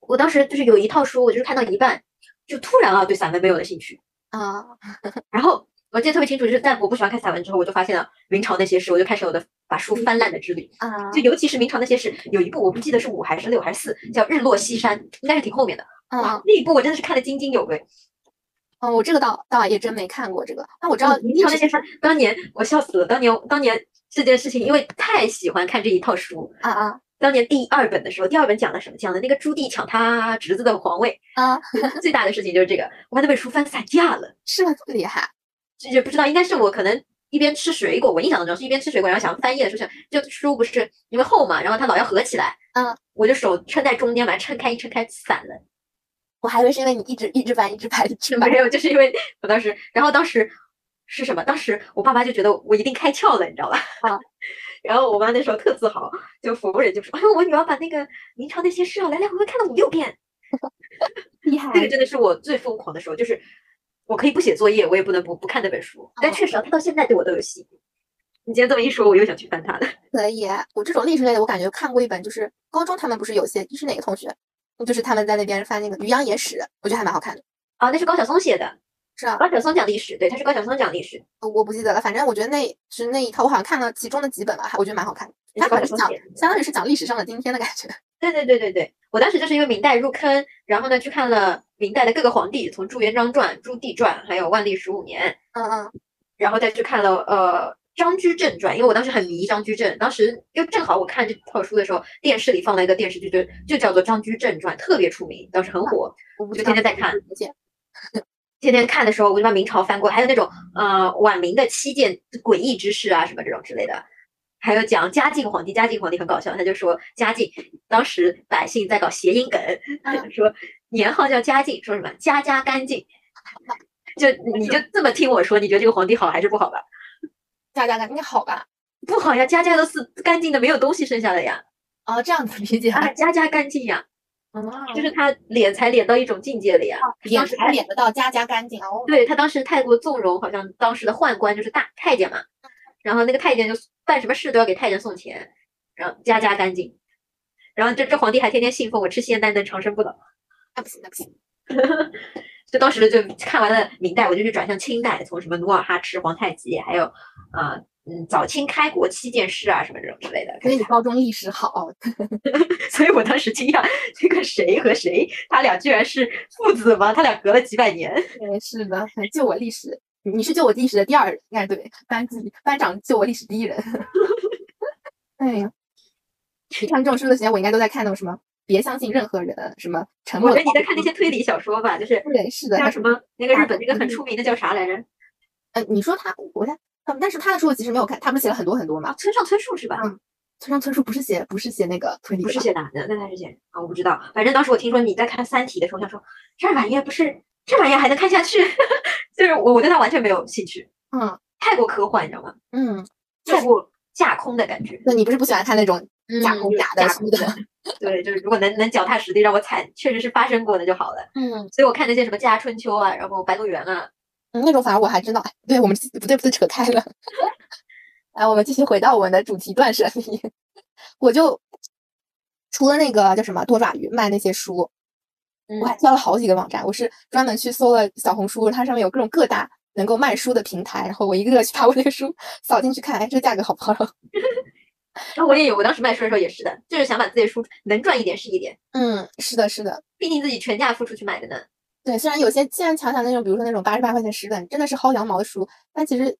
Speaker 1: 我当时就是有一套书，我就是看到一半，就突然啊对散文没有了兴趣。
Speaker 2: 啊、
Speaker 1: 然后我记得特别清楚，就是在我不喜欢看散文之后，我就发现了明朝那些事，我就开始我的把书翻烂的之旅。
Speaker 2: 啊
Speaker 1: 就尤其是明朝那些事，有一部我不记得是五还是六还是四，叫《日落西山》，应该是挺后面的。
Speaker 2: 啊！
Speaker 1: 那一部我真的是看得津津有味。
Speaker 2: 哦，我这个倒倒也真没看过这个，但我知道
Speaker 1: 明朝
Speaker 2: 历
Speaker 1: 哦那
Speaker 2: 史
Speaker 1: 些事，当年我笑死了。当年当年这件事情，因为太喜欢看这一套书。
Speaker 2: 啊啊。
Speaker 1: 当年第二本的时候，第二本讲的什么？讲的那个朱棣抢他侄子的皇 位，
Speaker 2: 啊，
Speaker 1: 最大的事情就是这个。我把那本书翻散架了。
Speaker 2: 是吗？这么厉害
Speaker 1: 就是不知道，应该是我可能一边吃水果，我印象当中是一边吃水果，然后想翻页的时候想，就书不是因为厚嘛，然后它老要合起来，
Speaker 2: 嗯，
Speaker 1: 我就手撑在中间，把它撑开，一撑开散了。
Speaker 2: 我还以为是因为你一直一直搬，一直搬，一直 搬
Speaker 1: 没。有，就是因为我当时，然后当时是什么？当时我爸妈就觉得我一定开窍了，你知道吧？
Speaker 2: 啊。
Speaker 1: 然后我妈那时候特自豪，就服务人就说：“哎呦，我女儿把那个明朝那些事啊，来来回回看了五六遍。
Speaker 2: 厉害
Speaker 1: 那个真的是我最疯狂的时候，就是我可以不写作业，我也不能不不看那本书。但确实啊，它到现在对我都有吸引力。你今天这么一说，我又想去翻它了。
Speaker 2: 可以。我这种历史类的，我感觉看过一本，就是高中他们不是有些是哪个同学，就是他们在那边翻那个《渔阳野史》，我觉得还蛮好看的。
Speaker 1: 啊，那是高晓松写的，
Speaker 2: 是啊，呃
Speaker 1: 高晓松讲历史，对，他是高晓松讲历史，
Speaker 2: 我不记得了，反正我觉得那是那一套，我好像看了其中的几本吧，还我觉得蛮好看的。
Speaker 1: 也
Speaker 2: 它
Speaker 1: 是
Speaker 2: 好
Speaker 1: 高晓
Speaker 2: 像是
Speaker 1: 松
Speaker 2: 讲
Speaker 1: 写的。
Speaker 2: 相当于是讲历史上的今天的感觉。
Speaker 1: 对对对对对，我当时就是因为明代入坑，然后呢去看了明代的各个皇帝，从朱元璋传、朱棣传，还有万历十五年，
Speaker 2: 嗯嗯
Speaker 1: 然后再去看了呃张居正传，因为我当时很迷张居正，当时又正好我看这套书的时候，电视里放了一个电视剧，就就叫做《张居正传》，特别出名，当时很火。
Speaker 2: 我不
Speaker 1: 就
Speaker 2: 知
Speaker 1: 天
Speaker 2: 道
Speaker 1: 天在看
Speaker 2: 理解
Speaker 1: 天天看的时候，我就把明朝翻过，还有那种呃晚明的七件诡异之事啊什么这种之类的，还有讲嘉靖皇帝，嘉靖皇帝很搞笑，他就说嘉靖当时百姓在搞谐音梗，他 就说年号叫嘉靖，说什么家家干净，就你就这么听我说，你觉得这个皇帝好还是不好吧？
Speaker 2: 大家感觉好吧？
Speaker 1: 不好呀，家家都是干净的，没有东西剩下的呀，
Speaker 2: 哦，这样子理解，
Speaker 1: 啊，家家干净呀，
Speaker 2: 哦
Speaker 1: 就是他敛财敛到一种境界了呀。
Speaker 2: 脸
Speaker 1: 当时
Speaker 2: 还脸得到家家干净哦。
Speaker 1: 对他当时太过纵容，好像当时的宦官就是大太监嘛，
Speaker 2: 嗯
Speaker 1: 然后那个太监就办什么事都要给太监送钱，然后家家干净，然后这这皇帝还天天信奉我吃仙丹能长生不老，
Speaker 2: 那不行，那不行，
Speaker 1: 就当时就看完了明代，我就去转向清代，从什么努尔哈赤、皇太极，还有啊、呃嗯早清开国七件事啊什么这种之类的
Speaker 2: 所
Speaker 1: 开
Speaker 2: 以你
Speaker 1: 始，
Speaker 2: 高中历史好，
Speaker 1: 所以我当时惊讶这个谁和谁他俩居然是父子吗？他俩隔了几百年。
Speaker 2: 对，是的，就我历史，你是就我历史的第二人，哎，对，班级班长就我历史第一人。 哎呀，看这种书的时间，我应该都在看那种什么“别相信任何人”，什么“沉
Speaker 1: 我
Speaker 2: 默
Speaker 1: 觉得
Speaker 2: 的
Speaker 1: 你在
Speaker 2: 羔
Speaker 1: 看那
Speaker 2: 羊
Speaker 1: 些啊推理小说吧，就是”。
Speaker 2: 对，是的，
Speaker 1: 叫
Speaker 2: 还
Speaker 1: 什么那个
Speaker 2: 大
Speaker 1: 日本那个很
Speaker 2: 独立
Speaker 1: 出名的叫啥来着？
Speaker 2: 呃，你说他我在，嗯，但是他的书我其实没有看，他不是写了很多很多
Speaker 1: 啊，
Speaker 2: 嘛？
Speaker 1: 村上春树是吧？
Speaker 2: 嗯村上春树不是写不是写那个推理
Speaker 1: 不是
Speaker 2: 的吗，
Speaker 1: 写男的，那他是写啊，我不知道。反正当时我听说你在看《三体》的时候，我想说这玩意儿不是这玩意儿还能看下去， 就是我我对它完全没有兴趣，
Speaker 2: 嗯
Speaker 1: 太过科幻，你知道吗？
Speaker 2: 嗯，
Speaker 1: 太过架空的感觉。
Speaker 2: 那你不是不喜欢看那种假
Speaker 1: 嗯
Speaker 2: 空
Speaker 1: 就是
Speaker 2: 假的
Speaker 1: 架
Speaker 2: 书
Speaker 1: 空
Speaker 2: 的？
Speaker 1: 对，就是如果能能脚踏实地让我踩，确实是发生过的就好了。
Speaker 2: 嗯，
Speaker 1: 所以我看那些什么《家春秋》啊，然后《白鹿原》啊，
Speaker 2: 嗯那种反而我还知道。哎对，我们不对不对，扯开了。 来，我们继续回到我们的主题断舍离。 我就除了那个叫什么多爪鱼卖那些书，
Speaker 1: 嗯
Speaker 2: 我还挑了好几个网站，我是专门去搜了小红书，它上面有各种各大能够卖书的平台，然后我一个个去把我那个书 扫进去看，哎，这价格好不 好？
Speaker 1: 然后我也有，我当时卖书的时候也是的，就是想把自己的书能赚一点是一点，
Speaker 2: 嗯，是的，是的，
Speaker 1: 毕竟自己全价付出去买的呢。
Speaker 2: 对。虽然有些既然想想那种，比如说那种八十八块钱十本，真的是薅羊毛的书，但其实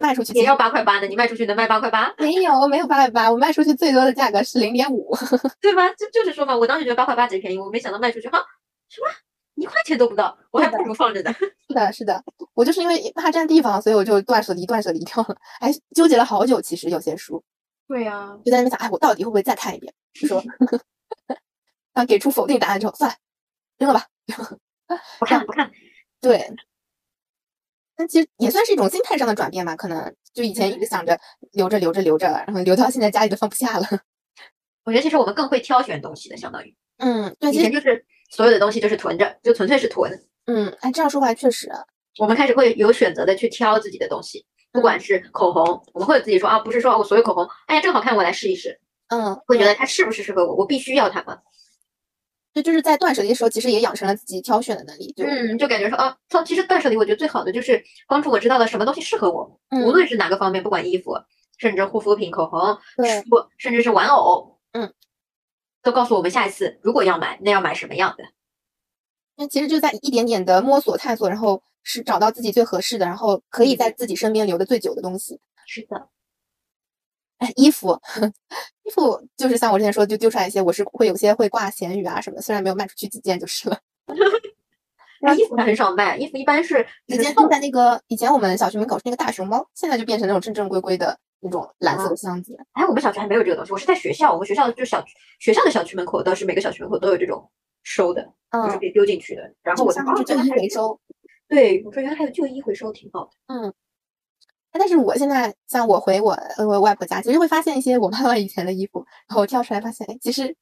Speaker 2: 卖出去
Speaker 1: 也
Speaker 2: 其
Speaker 1: 要
Speaker 2: 实
Speaker 1: 八块八呢，你卖出去能卖八块八，
Speaker 2: 没有没有八百八，我卖出去最多的价格是零点五。
Speaker 1: 对吧？就就是说嘛，我当时觉得八块八贼便宜，我没想到卖出去哈，什么一块钱都不到，我还不如放着 呢。
Speaker 2: 是的，是的，我就是因为怕占地方，所以我就断舍离，断舍离掉了。哎，纠结了好久，其实有些书
Speaker 1: 对呀、 啊，
Speaker 2: 就在那边想，哎，我到底会不会再看一遍？就说，啊，给出否定答案之后，算了，扔了吧。
Speaker 1: 不看不看，
Speaker 2: 对，但其实也算是一种心态上的转变吧。可能就以前一直想着留着留着留着，然后留到现在家里都放不下了。
Speaker 1: 我觉得其实我们更会挑选东西的，相当于
Speaker 2: 嗯，对，
Speaker 1: 以
Speaker 2: 其
Speaker 1: 前
Speaker 2: 实
Speaker 1: 就是所有的东西就是囤着，就纯粹是囤。
Speaker 2: 嗯，哎，这样说话确实，
Speaker 1: 我们开始会有选择的去挑自己的东西，不
Speaker 2: 嗯
Speaker 1: 管是口红，我们会有自己说啊，不是说啊我所有口红，哎呀正好看，我来试一试，
Speaker 2: 嗯，
Speaker 1: 会觉
Speaker 2: 对
Speaker 1: 得它是不是适合我，我必须要它嘛。
Speaker 2: 对，就是在断舍离的时候，其实也养成了自己挑选的能力。就
Speaker 1: 嗯，就感觉说啊，从其实断舍离，我觉得最好的就是帮助我知道了什么东西适合我，无
Speaker 2: 嗯
Speaker 1: 论是哪个方面，不管衣服，甚至护肤品、口红、
Speaker 2: 对
Speaker 1: 书，甚至是玩偶，
Speaker 2: 嗯，
Speaker 1: 都告诉我们下一次如果要买，那要买什么样的。
Speaker 2: 那其实就在一点点的摸索探索，然后是找到自己最合适的，然后可以
Speaker 1: 嗯
Speaker 2: 在自己身边留的最久的东西。
Speaker 1: 是的，
Speaker 2: 哎，衣服， 衣服就是像我之前说，就丢出来一些，我是会有些会挂闲鱼啊什么的，虽然没有卖出去几件就是了。
Speaker 1: 那衣服它很少卖，衣服一般是
Speaker 2: 以
Speaker 1: 就是
Speaker 2: 前
Speaker 1: 送
Speaker 2: 放在那个以前我们小区门口是那个大熊猫，现在就变成那种正正规规的那种蓝色的箱子。
Speaker 1: 哎，我们小区还没有这个东西，我是在学校，我们学校就小区学校的小区门口倒是每个小区门口都有这种收的，就是
Speaker 2: 嗯，
Speaker 1: 可以丢进去的。然后
Speaker 2: 就
Speaker 1: 我就
Speaker 2: 相
Speaker 1: 哦
Speaker 2: 当于
Speaker 1: 原
Speaker 2: 旧
Speaker 1: 来
Speaker 2: 衣
Speaker 1: 还有
Speaker 2: 回收。
Speaker 1: 对，我说原来还有旧衣回收，挺好的。
Speaker 2: 但是我现在像我回我呃我外婆家，其实会发现一些我妈妈以前的衣服，然后我挑出来发现，哎，其实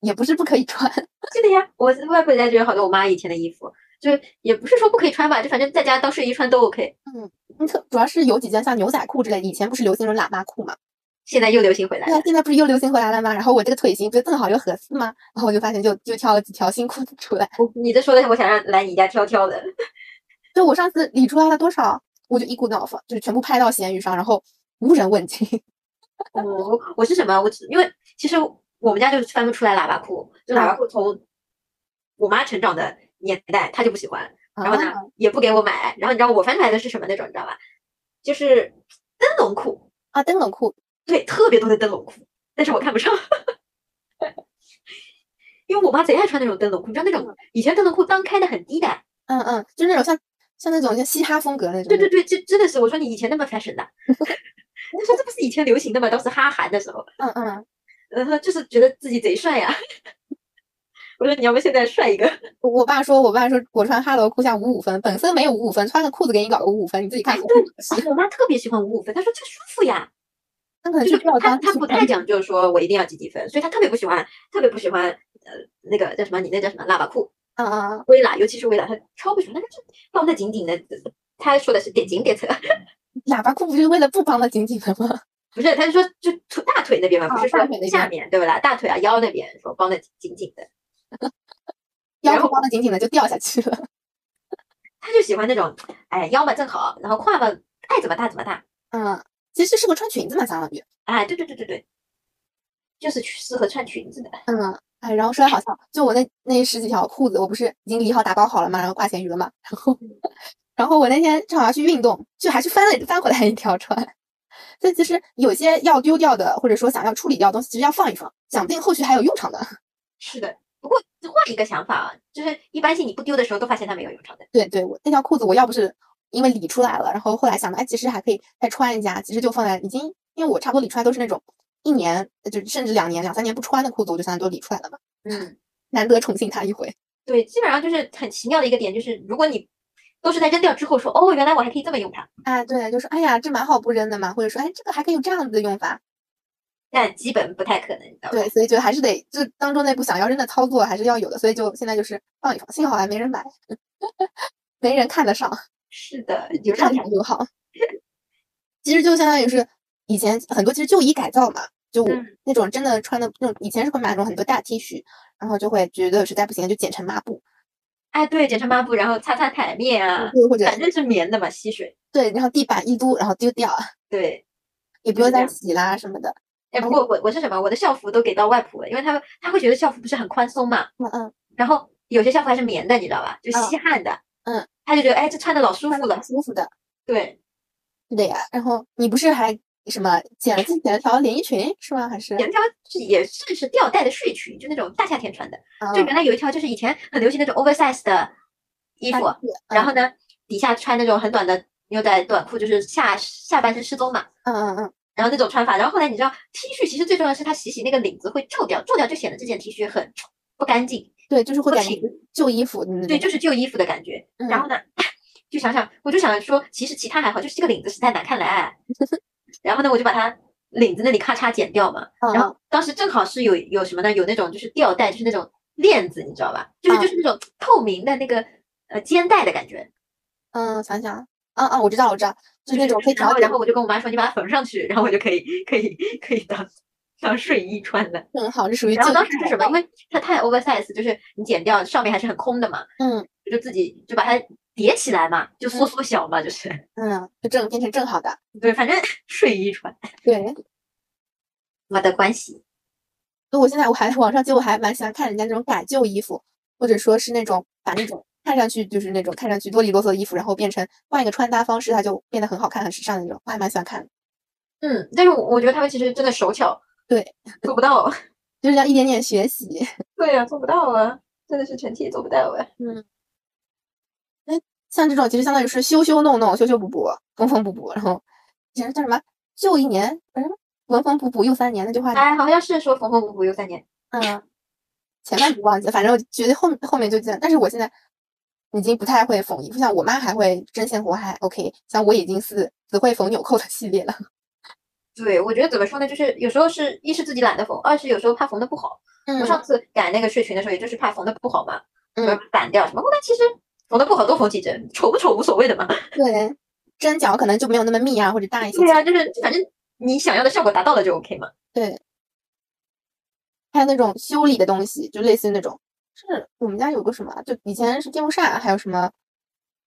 Speaker 2: 也不是不可以穿。
Speaker 1: 记得呀，我外婆家就有好多我妈以前的衣服，就是也不是说不可以穿吧，就反正在家当睡衣穿都 OK。
Speaker 2: 嗯特主要是有几件像牛仔裤之类的，以前不是流行那种喇叭裤嘛？
Speaker 1: 现在又流行回来
Speaker 2: 对啊
Speaker 1: 了，，
Speaker 2: 现在不是又流行回来了吗？然后我这个腿型不就正好又合适吗？然后我就发现就就挑了几条新裤子出来。
Speaker 1: 我你这说的，我想让来你家挑挑的。
Speaker 2: 就我上次理出来了多少，我就一股脑放，就是全部拍到闲鱼上，然后无人问津。
Speaker 1: 我我是什么？我只因为其实我们家就翻不出来喇叭裤，就喇叭裤从我妈成长的年代，她就不喜欢，然后呢
Speaker 2: 啊
Speaker 1: 也不给我买。然后你知道我翻出来的是什么那种，你知道吧？就是灯笼裤，
Speaker 2: 啊，灯笼裤
Speaker 1: 对，特别多的灯笼裤，但是我看不上， 因为我妈贼爱穿那种灯笼裤，你知道那种以前灯笼裤裆开的很低的，
Speaker 2: 嗯嗯，就是那种像像那种像嘻哈风格那种。
Speaker 1: 对对对，这真的是我说你以前那么 fashion 的，我说这不是以前流行的吗？当时哈韩的时候，
Speaker 2: 嗯嗯，
Speaker 1: 然后就是觉得自己贼帅呀、 我说你要不现在帅一个？
Speaker 2: 我我爸说，我爸说我穿哈罗裤像五五分，本身没有五五分，穿个裤子给你搞个五五分，你自己
Speaker 1: 哎
Speaker 2: 看合不合适。
Speaker 1: 我妈特别喜欢五五分，她说这舒服呀，
Speaker 2: 那可能
Speaker 1: 就
Speaker 2: 就是不要
Speaker 1: 她
Speaker 2: 当
Speaker 1: 她不太讲究说我一定要几几分，所以她特别不喜欢，特别不喜欢呃那个叫什么你那叫什么喇叭裤，
Speaker 2: 嗯嗯，
Speaker 1: 微喇，尤其是微喇，她超不喜欢，但是就绷得紧紧的。她说的是点紧点侧，
Speaker 2: 喇叭裤不就是为了不帮的紧紧的吗？
Speaker 1: 不是，她是说就腿大腿那边嘛，不
Speaker 2: 啊
Speaker 1: 是说
Speaker 2: 大腿那边
Speaker 1: 下面对不啦？大腿啊腰那边说绷得紧紧的。
Speaker 2: 腰
Speaker 1: 然
Speaker 2: 不
Speaker 1: 后
Speaker 2: 帮的紧紧的就掉下去了。
Speaker 1: 他就喜欢那种，哎，腰嘛正好，然后胯嘛爱怎么大怎么大，
Speaker 2: 嗯，其实适合穿裙子嘛，相当于。
Speaker 1: 哎，对对对对对，就是去适合穿裙子的。
Speaker 2: 嗯，哎，然后说来好笑，就我那那十几条裤子，我不是已经理好打包好了嘛，然后挂咸鱼了嘛，然后
Speaker 1: 嗯
Speaker 2: 然后我那天正好要去运动，就还去翻了翻回来一条穿。 所以其实有些要丢掉的，或者说想要处理掉的东西，其实要放一放，想不定后续还有用场的。
Speaker 1: 是的，不过换一个想法啊，就是一般性你不丢的时候都发现它没有用场的。
Speaker 2: 对对，我那条裤子我要不是因为理出来了，然后后来想的，哎，其实还可以再穿一下，其实就放在已经，因为我差不多理出来都是那种一年，呃就甚至两年、两三年不穿的裤子，我就相当于都理出来了嘛，
Speaker 1: 嗯，
Speaker 2: 难得宠幸他一回。
Speaker 1: 对，基本上就是很奇妙的一个点，就是如果你都是在扔掉之后说，哦，原来我还可以这么用它，
Speaker 2: 啊，对，就说哎呀，这蛮好不扔的嘛，或者说哎，这个还可以有这样子的用法。
Speaker 1: 但基本不太可能，你知道吧？
Speaker 2: 对，所以就还是得，就当中那步想要扔的操作还是要有的，所以就现在就是放一放，幸好还没人买， 没人看得上，
Speaker 1: 是的，有
Speaker 2: 看
Speaker 1: 上
Speaker 2: 起
Speaker 1: 场
Speaker 2: 来就好。 其实就相当于是以前很多其实旧衣改造嘛，就我
Speaker 1: 嗯
Speaker 2: 那种真的穿的那种，以前是会买那种很多大 T 恤，然后就会觉得实在不行就剪成抹布，
Speaker 1: 哎，对，剪成抹布，然后擦擦台面啊，
Speaker 2: 嗯对，或者
Speaker 1: 反正是棉的嘛，吸水。
Speaker 2: 对，然后地板一撸，然后丢掉，
Speaker 1: 对，
Speaker 2: 也不
Speaker 1: 就
Speaker 2: 用
Speaker 1: 是这
Speaker 2: 再
Speaker 1: 样
Speaker 2: 洗啦什么的。
Speaker 1: 哎，不过我我是什么？我的校服都给到外婆了，因为他他会觉得校服不是很宽松嘛，
Speaker 2: 嗯嗯，
Speaker 1: 然后有些校服还是棉的，你知道吧？就
Speaker 2: 嗯
Speaker 1: 吸汗的。
Speaker 2: 嗯，
Speaker 1: 他就觉得哎，这穿的老舒服了
Speaker 2: 挺。舒服的。
Speaker 1: 对，
Speaker 2: 对呀，然后你不是还什么剪了自己剪了条连衣裙是吗？还是
Speaker 1: 棉条是也算是吊带的睡裙，就那种大夏天穿的。
Speaker 2: 啊
Speaker 1: 就原来有一条就是以前很流行那种 oversize 的衣服，然
Speaker 2: 嗯
Speaker 1: 后呢底下穿那种很短的牛仔短裤，就是下下半身失踪嘛。
Speaker 2: 嗯嗯嗯，
Speaker 1: 然后那种穿法，然后后来你知道 T 恤其实最重要的是它洗洗那个领子会皱掉，皱掉就显得这件 T 恤很不干净，
Speaker 2: 对，就是会
Speaker 1: 不
Speaker 2: 感觉
Speaker 1: 平
Speaker 2: 旧衣服的嗯那
Speaker 1: 对，
Speaker 2: 种
Speaker 1: 就是旧衣服的感觉。然后呢，
Speaker 2: 嗯
Speaker 1: 就想想，我就想说，其实其他还好，就是这个领子实在难看 来。然后呢，我就把它领子那里咔嚓剪掉嘛。
Speaker 2: 嗯
Speaker 1: 然后当时正好是有有什么呢？有那种就是吊带，就是那种链子，你知道吧？就是
Speaker 2: 嗯
Speaker 1: 就是那种透明的那个呃肩带的感觉。
Speaker 2: 嗯，想想啊啊，我知道我知道，就是那种可
Speaker 1: 然
Speaker 2: 以调
Speaker 1: 后
Speaker 2: 节
Speaker 1: 然后我就跟我妈说，你把它缝上去，然后我就可以可以可以当当睡衣穿了。
Speaker 2: 正好是属于旧
Speaker 1: 然后
Speaker 2: 衣
Speaker 1: 当时是
Speaker 2: 改
Speaker 1: 什么？
Speaker 2: 造
Speaker 1: 因为它太 oversize，就是你剪掉上面还是很空的嘛，
Speaker 2: 嗯
Speaker 1: 就自己就把它叠起来嘛，就缩
Speaker 2: 嗯
Speaker 1: 缩小嘛，就是。
Speaker 2: 嗯，就正变成正好的，
Speaker 1: 对，反正 睡衣穿
Speaker 2: 对。
Speaker 1: 没得关系。
Speaker 2: 所以我现在我还网上其实我还蛮喜欢看人家那种改旧衣服，或者说是那种把那种看上去就是那种看上去啰里啰嗦的衣服，然后变成换一个穿搭方式，它就变得很好看、很时尚的那种，我还蛮喜欢看的。
Speaker 1: 嗯，但是我我觉得他们其实真的手巧，
Speaker 2: 对，
Speaker 1: 做不到。
Speaker 2: 就是要一点点学习。
Speaker 1: 对呀、做不到啊，真的是臣妾做不到啊。
Speaker 2: 像这种其实相当于是修修弄弄、修修补补、缝缝补补，然后以前叫什么“旧一年”哎缝缝补补又三年”那句话，
Speaker 1: 哎，好像是说缝缝补补又三年。
Speaker 2: 嗯，前半句忘记了，反正我觉得后后面就记得。但是我现在已经不太会缝衣服，像我妈还会针线活还 OK，像我已经是只会缝纽扣的系列了。
Speaker 1: 对，我觉得怎么说呢，就是有时候是一是自己懒得缝，二是有时候怕缝的不好。
Speaker 2: 嗯
Speaker 1: 我上次改那个睡裙的时候，也就是怕缝的不好嘛，
Speaker 2: 嗯
Speaker 1: 然后散掉什么。后来其实缝的不好多缝几针，丑不丑无所谓的嘛。
Speaker 2: 对，针脚可能就没有那么密啊，或者大一些。
Speaker 1: 对呀、就是反正你想要的效果达到了就 OK 嘛。
Speaker 2: 还有那种修理的东西，就类似于那种，是我们家有个什么啊，就以前是电风扇，还有什么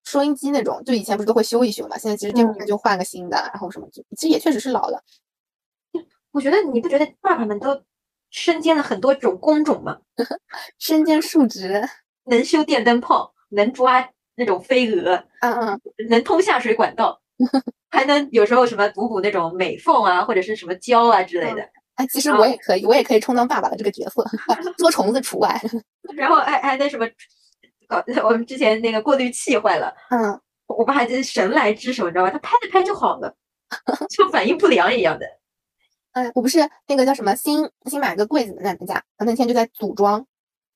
Speaker 2: 收音机那种，就以前不是都会修一修嘛，现在其实电风扇就换个新的，然后什么就其实也确实是老了，
Speaker 1: 我觉得你不觉得爸爸们都身兼了很多种工种嘛，
Speaker 2: 身兼数职，
Speaker 1: 能修电灯泡，能抓那种飞蛾，
Speaker 2: 嗯嗯，
Speaker 1: 能通下水管 道，还能有时候什么补补那种美缝啊，或者是什么胶啊之类的。
Speaker 2: 哎，其实
Speaker 1: 啊
Speaker 2: 我也可以，我也可以充当爸爸的这个角色，捉虫子除外。
Speaker 1: 然后还还那什么，搞 我们之前那个过滤器坏了，
Speaker 2: 嗯，
Speaker 1: 我爸还真神来之手，你知道吧？他拍着拍就好了， 就反应不良一样的。
Speaker 2: 哎，我不是那个叫什么新新买了个柜子的奶奶家，我那天就在组装，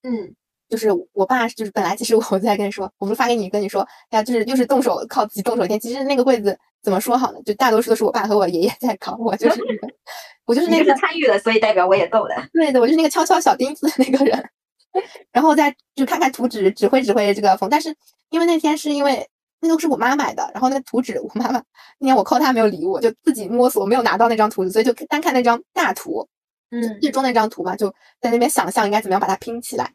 Speaker 1: 嗯，
Speaker 2: 就是我爸就是本来其实 我在跟你说，我不是发给你跟你说，哎呀，就是就是动手靠自己动手电，其实那个柜子怎么说好呢？就大多数都是我爸和我爷爷在搞，我就是那个我就是
Speaker 1: 你
Speaker 2: 那
Speaker 1: 就
Speaker 2: 个
Speaker 1: 是参与了，所以代表我也动了。
Speaker 2: 对的，我就是那个敲敲小钉子的那个人，然后再就看看图纸，指挥指挥这个缝。但是因为那天是因为那个是我妈买的，然后那个图纸我妈妈那天我扣她没有理我，就自己摸索，没有拿到那张图纸，所以就单看那张大图，
Speaker 1: 嗯
Speaker 2: 最终那张图嘛，就在那边想象应该怎么样把它拼起来。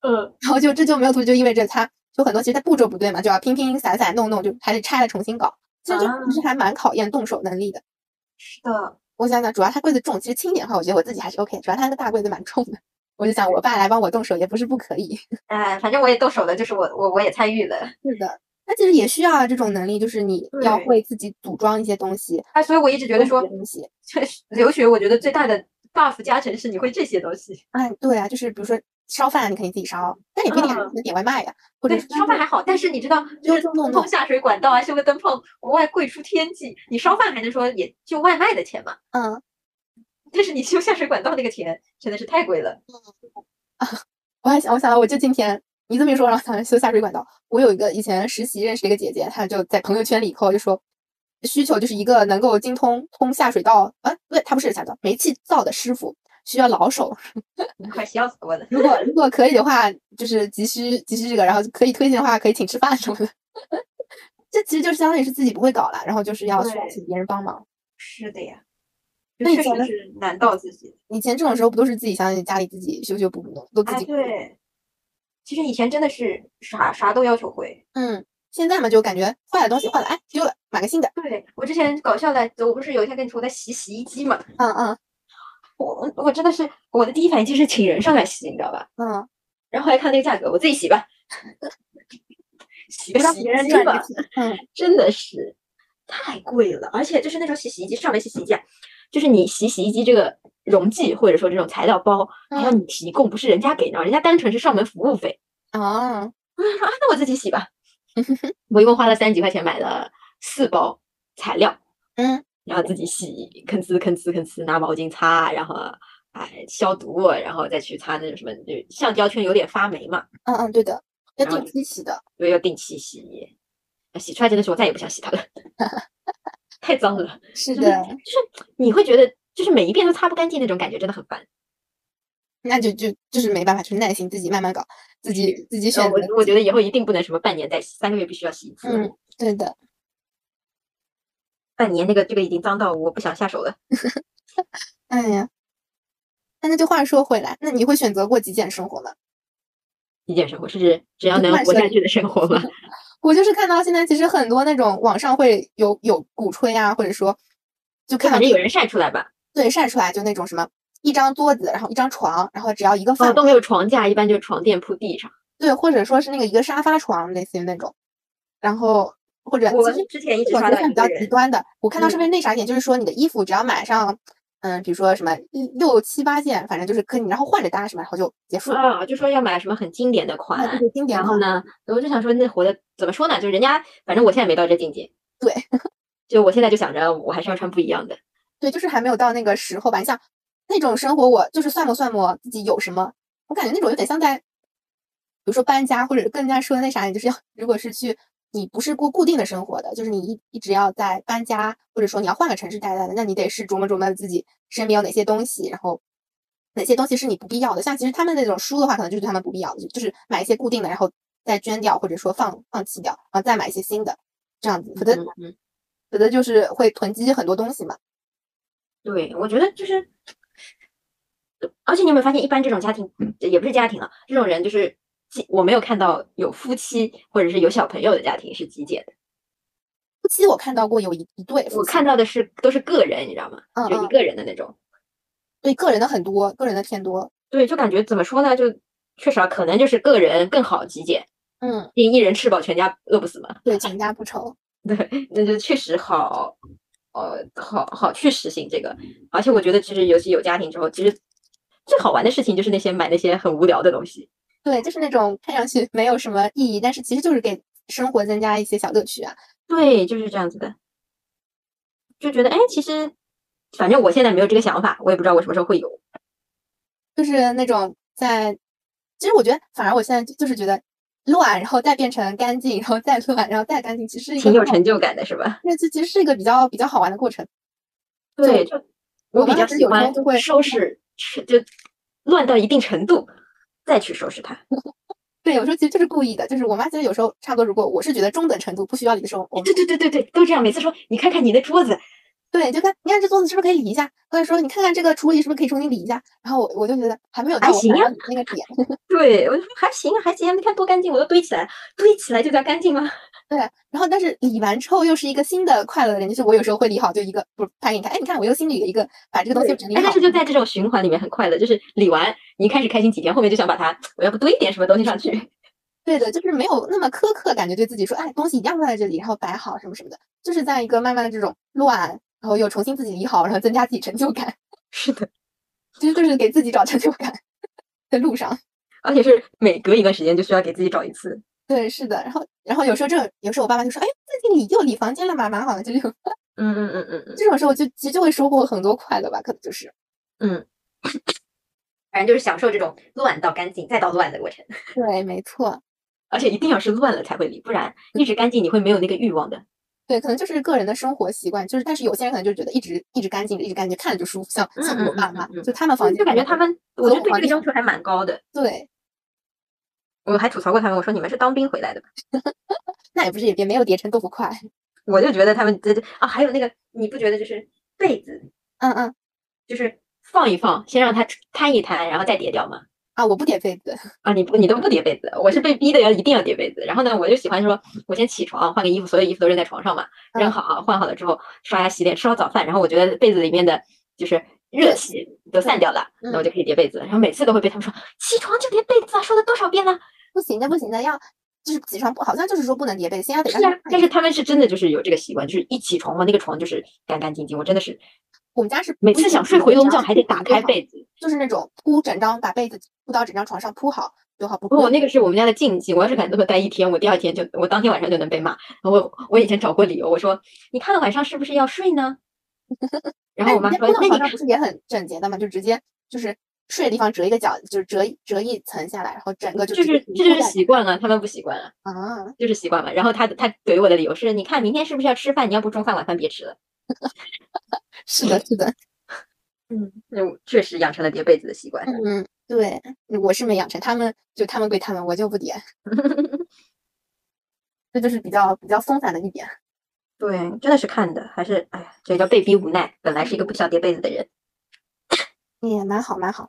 Speaker 1: 嗯，
Speaker 2: 然后就这就没有图，就意味着它就很多其实它步骤不对嘛，就要拼拼散散弄弄，就还得拆了重新搞。其实就其实还蛮考验动手能力的。
Speaker 1: 是的，
Speaker 2: 我想想，主要它柜子重，其实轻点的话，我觉得我自己还是 OK。主要它那个大柜子蛮重的，我就想我爸来帮我动手也不是不可以。
Speaker 1: 哎，反正我也动手了，就是我我我也参与了。
Speaker 2: 是的，那其实也需要啊这种能力，就是你要
Speaker 1: 对
Speaker 2: 会自己组装一些东西，
Speaker 1: 啊，所以我一直觉得
Speaker 2: 分
Speaker 1: 说
Speaker 2: 别，东西。
Speaker 1: 确实留学我觉得最大的 buff 加成是你会这些东西。
Speaker 2: 哎，对啊，就是比如说烧饭，你肯定自己烧，但也不一定还
Speaker 1: 嗯
Speaker 2: 能点外卖呀、或者
Speaker 1: 对，
Speaker 2: 是
Speaker 1: 烧饭还好，但是你知道，就
Speaker 2: 弄
Speaker 1: 是
Speaker 2: 弄弄
Speaker 1: 通
Speaker 2: 弄
Speaker 1: 下水管道啊，修个灯泡，国外贵出天际。你烧饭还能说也就外卖的钱嘛，
Speaker 2: 嗯，
Speaker 1: 但是你修下水管道那个钱真的是太贵了。
Speaker 2: 我还想，我想到我就今天你这么一说，让我想到修下水管道。我有一个以前实习认识的一个姐姐，她就在朋友圈里扣就说，需求就是一个能够精通通下水道，啊，不对，她不是下水道，煤气灶的师傅，需要老手。
Speaker 1: 快笑死我了！
Speaker 2: 如果如果可以的话，就是急需急需这个，然后可以推荐的话，可以请吃饭什么的。 这其实就是相当于是自己不会搞了，然后就是要需要
Speaker 1: 对
Speaker 2: 请别人帮忙。
Speaker 1: 是的呀，就
Speaker 2: 那以
Speaker 1: 确
Speaker 2: 前
Speaker 1: 实
Speaker 2: 呢
Speaker 1: 是难到自己。
Speaker 2: 以前这种时候不都是自己相当于家里自己修修补补弄，都自
Speaker 1: 啊，
Speaker 2: 己补
Speaker 1: 对，其实以前真的是啥啥都要求会。
Speaker 2: 嗯，现在嘛就感觉坏了东西坏了，哎丢了，买个新的。
Speaker 1: 对我之前搞笑的，我不是有一天跟你说我在洗洗衣机嘛，
Speaker 2: 嗯嗯
Speaker 1: 我我真的是我的第一反应就是请人上来洗，你知道吧？
Speaker 2: 嗯。
Speaker 1: 然后后来看那个价格，我自己洗吧， 洗
Speaker 2: 不
Speaker 1: 个
Speaker 2: 让
Speaker 1: 洗衣
Speaker 2: 别人
Speaker 1: 机
Speaker 2: 赚
Speaker 1: 吧
Speaker 2: 这，钱。嗯，
Speaker 1: 真的是太贵了。而且就是那时候洗洗衣机，上面洗洗衣机啊，就是你洗洗衣机这个溶剂或者说这种材料包，还
Speaker 2: 嗯
Speaker 1: 要你提供，不是人家给的，人家单纯是上门服务费。
Speaker 2: 哦，
Speaker 1: 我就说啊，那我自己洗吧。 我一共花了三十几块钱买了四包材料，
Speaker 2: 嗯，
Speaker 1: 然后自己洗，吭哧吭哧吭哧拿毛巾擦，然后哎消毒，然后再去擦那种什么，就橡胶圈有点发霉嘛，
Speaker 2: 嗯嗯，对的，要
Speaker 1: 然后
Speaker 2: 定期洗的。
Speaker 1: 所以要定期洗。洗出来真的是我再也不想洗它了， 太脏了。
Speaker 2: 是
Speaker 1: 就是
Speaker 2: 的，
Speaker 1: 就是你会觉得就是每一遍都擦不干净那种感觉，真的很烦。
Speaker 2: 那就就就是没办法，就是耐心自己慢慢搞，自己自己
Speaker 1: 然
Speaker 2: 选
Speaker 1: 后
Speaker 2: 择。
Speaker 1: 呃我我觉得以后一定不能什么半年再洗，三个月必须要洗一次。
Speaker 2: 嗯，对的，
Speaker 1: 半年那个这个已经脏到我不想下手了。
Speaker 2: 哎呀，那那就话说回来，那你会选择过极简生活吗？
Speaker 1: 极简生活是指只要
Speaker 2: 就
Speaker 1: 能
Speaker 2: 慢
Speaker 1: 活
Speaker 2: 生
Speaker 1: 下去的生活 吗？
Speaker 2: 我就是看到现在其实很多那种网上会有有鼓吹啊，或者说就
Speaker 1: 就
Speaker 2: 看到
Speaker 1: 反正
Speaker 2: 这
Speaker 1: 有
Speaker 2: 个
Speaker 1: 人晒出来吧。
Speaker 2: 对晒出来就那种什么一张桌子，然后一张床，然后只要一个
Speaker 1: 哦，
Speaker 2: 饭
Speaker 1: 都没有床架，一般就是床垫铺地上。
Speaker 2: 对，或者说是那个一个沙发床，类似于那种，然后或者
Speaker 1: 我
Speaker 2: 其实
Speaker 1: 之前一直
Speaker 2: 这种
Speaker 1: 刷
Speaker 2: 是
Speaker 1: 到
Speaker 2: 算
Speaker 1: 一
Speaker 2: 比较
Speaker 1: 个
Speaker 2: 极
Speaker 1: 人，
Speaker 2: 端的。我看到上
Speaker 1: 嗯
Speaker 2: 面那啥一点，就是说你的衣服只要买上，嗯，比如说什么一六七八件，反正就是可以，然后换着搭什么，然后就结束了。
Speaker 1: 啊，就说要买什么很经典的款
Speaker 2: 那，这是经典
Speaker 1: 然后
Speaker 2: 款
Speaker 1: 呢，我就想说那活的怎么说呢？就是人家反正我现在没到这境界，
Speaker 2: 对，
Speaker 1: 就我现在就想着我还是要穿不一样的，
Speaker 2: 对，就是还没有到那个时候吧。你像那种生活，我就是算摸算摸自己有什么，我感觉那种有点像在，比如说搬家或者跟人家说的那啥，你就是要如果是去你不是过固定的生活的，就是你一一直要在搬家，或者说你要换个城市待待的，那你得是琢磨琢磨自己身边有哪些东西，然后。哪些东西是你不必要的？像其实他们那种书的话，可能就是他们不必要的，就就是买一些固定的，然后再捐掉，或者说放放弃掉，然后再买一些新的，这样子。否则
Speaker 1: 嗯嗯，
Speaker 2: 否则就是会囤积很多东西嘛。
Speaker 1: 对，我觉得就是，而且你有没有发现，一般这种家庭也不是家庭了，这种人就是既，我没有看到有夫妻或者是有小朋友的家庭是极简的，
Speaker 2: 夫妻我看到过有一一对夫妻，
Speaker 1: 我看到的是都是个人，你知道吗？
Speaker 2: 嗯
Speaker 1: 就一
Speaker 2: 嗯
Speaker 1: 个人的那种。
Speaker 2: 对个人的很多，个人的偏多。
Speaker 1: 对，就感觉怎么说呢？就确实啊，可能就是个人更好集结，
Speaker 2: 嗯，
Speaker 1: 毕竟一人吃饱全家饿不死嘛。
Speaker 2: 对，全家不愁。
Speaker 1: 对，那就确实好，呃，好好去实行这个。而且我觉得，其实尤其有家庭之后，其实最好玩的事情就是那些买那些很无聊的东西。
Speaker 2: 对，就是那种看上去没有什么意义，但是其实就是给生活增加一些小乐趣啊。
Speaker 1: 对，就是这样子的，就觉得哎，其实反正我现在没有这个想法，我也不知道我什么时候会有。
Speaker 2: 就是那种在，其实我觉得，反而我现在就就是觉得乱，然后再变成干净，然后再乱，然后再干净，其实是一个
Speaker 1: 挺有
Speaker 2: 很好
Speaker 1: 成就感的，是吧？
Speaker 2: 那这其实是一个比较比较好玩的过程。
Speaker 1: 对，
Speaker 2: 就
Speaker 1: 就我
Speaker 2: 我
Speaker 1: 比
Speaker 2: 妈
Speaker 1: 较
Speaker 2: 是
Speaker 1: 喜
Speaker 2: 有时候
Speaker 1: 欢
Speaker 2: 就会
Speaker 1: 收拾，是就乱到一定程度再去收拾它。
Speaker 2: 对，有时候其实就是故意的，就是我妈现在有时候差不多，如果我是觉得中等程度不需要理的时候，我
Speaker 1: 对对对对对，都这样。每次说你看看你的桌子，
Speaker 2: 对就看你看这桌子是不是可以理一下，或者说你看看这个处理是不是可以重新理一下，然后我我就觉得还没有
Speaker 1: 还
Speaker 2: 到我
Speaker 1: 行啊
Speaker 2: 烦
Speaker 1: 呀
Speaker 2: 的那个点。
Speaker 1: 对我就说还行啊还行啊，你看多干净，我都堆起来了，堆起来就叫干净吗？
Speaker 2: 对，然后但是理完之后又是一个新的快乐的人，就是我有时候会理好，就一个不是拍给你看，哎，你看我又心里有一个把这个东西整理
Speaker 1: 哎，但
Speaker 2: 好
Speaker 1: 是，就在这种循环里面很快乐，就是理完你一开始开心几天，后面就想把它，我要不堆一点什么东西上去。
Speaker 2: 对的，就是没有那么苛刻，感觉对自己说，哎，东西一定要放在这里，然后摆好什么什么的，就是在一个慢慢的这种乱，然后又重新自己理好，然后增加自己成就感，
Speaker 1: 是的，
Speaker 2: 其实就是给自己找成就感的路上。
Speaker 1: 而且是每隔一段时间就需要给自己找一次。
Speaker 2: 对，是的，然后然后有时候这种，有时候我爸妈就说，哎，最近理又理房间了嘛，蛮好的，就这种
Speaker 1: 嗯嗯嗯嗯嗯，
Speaker 2: 这种时候就其实就会收获很多快乐吧，可能就是
Speaker 3: 反正就是享受这种乱到干净再到乱的过程。
Speaker 2: 对，没错，
Speaker 1: 而且一定要是乱了才会理，不然一直干净你会没有那个欲望的。
Speaker 2: 对，可能就是个人的生活习惯，就是但是有些人可能就觉得一直一直干净着，一直干净，看着就舒服，像像我
Speaker 1: 嗯嗯
Speaker 2: 爸
Speaker 1: 嗯
Speaker 2: 妈，
Speaker 1: 嗯嗯
Speaker 2: 就他们房间
Speaker 1: 就感觉
Speaker 2: 可
Speaker 1: 他
Speaker 2: 能
Speaker 1: 们，我觉得对
Speaker 2: 环
Speaker 1: 这个
Speaker 2: 境
Speaker 1: 要求还蛮高的。
Speaker 2: 对，
Speaker 1: 我还吐槽过他们，我说你们是当兵回来的吧？
Speaker 2: 那也不是也也没有叠成豆腐块，
Speaker 1: 我就觉得他们这这啊，还有那个你不觉得就是被子
Speaker 2: 嗯嗯
Speaker 1: 就是放一放，先让它摊一摊，然后再叠掉吗？
Speaker 2: 啊，我不叠被子。
Speaker 1: 啊，你不你都不叠被子，我是被逼的要一定要叠被子。然后呢，我就喜欢说，我先起床换个衣服，所有衣服都扔在床上嘛，扔
Speaker 2: 嗯
Speaker 1: 好换好了之后刷牙洗脸吃好早饭，然后我觉得被子里面的就是热气都散掉了，那我就可以叠被子。然后每次都会被他们说起床就叠被子啊，说了多少遍了？
Speaker 2: 不行的，不行的，要就是起床不好像就是说不能叠被，先要得让
Speaker 1: 是啊，
Speaker 2: 它干
Speaker 1: 但
Speaker 2: 净
Speaker 1: 是他们是真的就是有这个习惯，就是一起床嘛，那个床就是干干净净。我真的是
Speaker 2: 我们家是
Speaker 1: 每
Speaker 2: 不
Speaker 1: 次
Speaker 2: 是
Speaker 1: 想
Speaker 2: 只
Speaker 1: 睡
Speaker 2: 有
Speaker 1: 回
Speaker 2: 只
Speaker 1: 笼
Speaker 2: 要
Speaker 1: 觉，
Speaker 2: 是
Speaker 1: 还得
Speaker 2: 铺
Speaker 1: 打
Speaker 2: 好
Speaker 1: 开
Speaker 2: 就
Speaker 1: 被子。
Speaker 2: 就是那种铺整张把被子铺到整张床上铺好就好，不
Speaker 1: 不过我
Speaker 2: 会
Speaker 1: 那个是我们家的禁忌，我要是敢这么待一天，我第二天就我当天晚上就能被骂。我我以前找过理由，我说你看晚上是不是要睡呢？ 然后
Speaker 2: 但
Speaker 1: 我妈
Speaker 2: 人家
Speaker 1: 说
Speaker 2: 铺到
Speaker 1: 哎那
Speaker 2: 床
Speaker 1: 你
Speaker 2: 上不是也很整洁的嘛，就直接就是睡的地方折一个角，就是折一折一层下来，然后整个就
Speaker 1: 就
Speaker 2: 直接
Speaker 1: 是
Speaker 2: 铺
Speaker 1: 这就是
Speaker 2: 在
Speaker 1: 习惯啊，他们不习惯啊，
Speaker 2: 啊，
Speaker 1: 就是习惯嘛。然后他他怼我的理由是，你看明天是不是要吃饭？你要不中饭晚饭别吃了。
Speaker 2: 是的，是的，
Speaker 1: 嗯，那我确实养成了叠被子的习惯。
Speaker 2: 嗯，对，我是没养成，他们就他们归他们，我就 不叠，这就是比较比较松散的一点。
Speaker 1: 对，真的是看的，还是哎呀，这
Speaker 2: 哎
Speaker 1: 叫被逼无奈。本来是一个不想叠被子的人。
Speaker 2: 也蛮好，蛮好。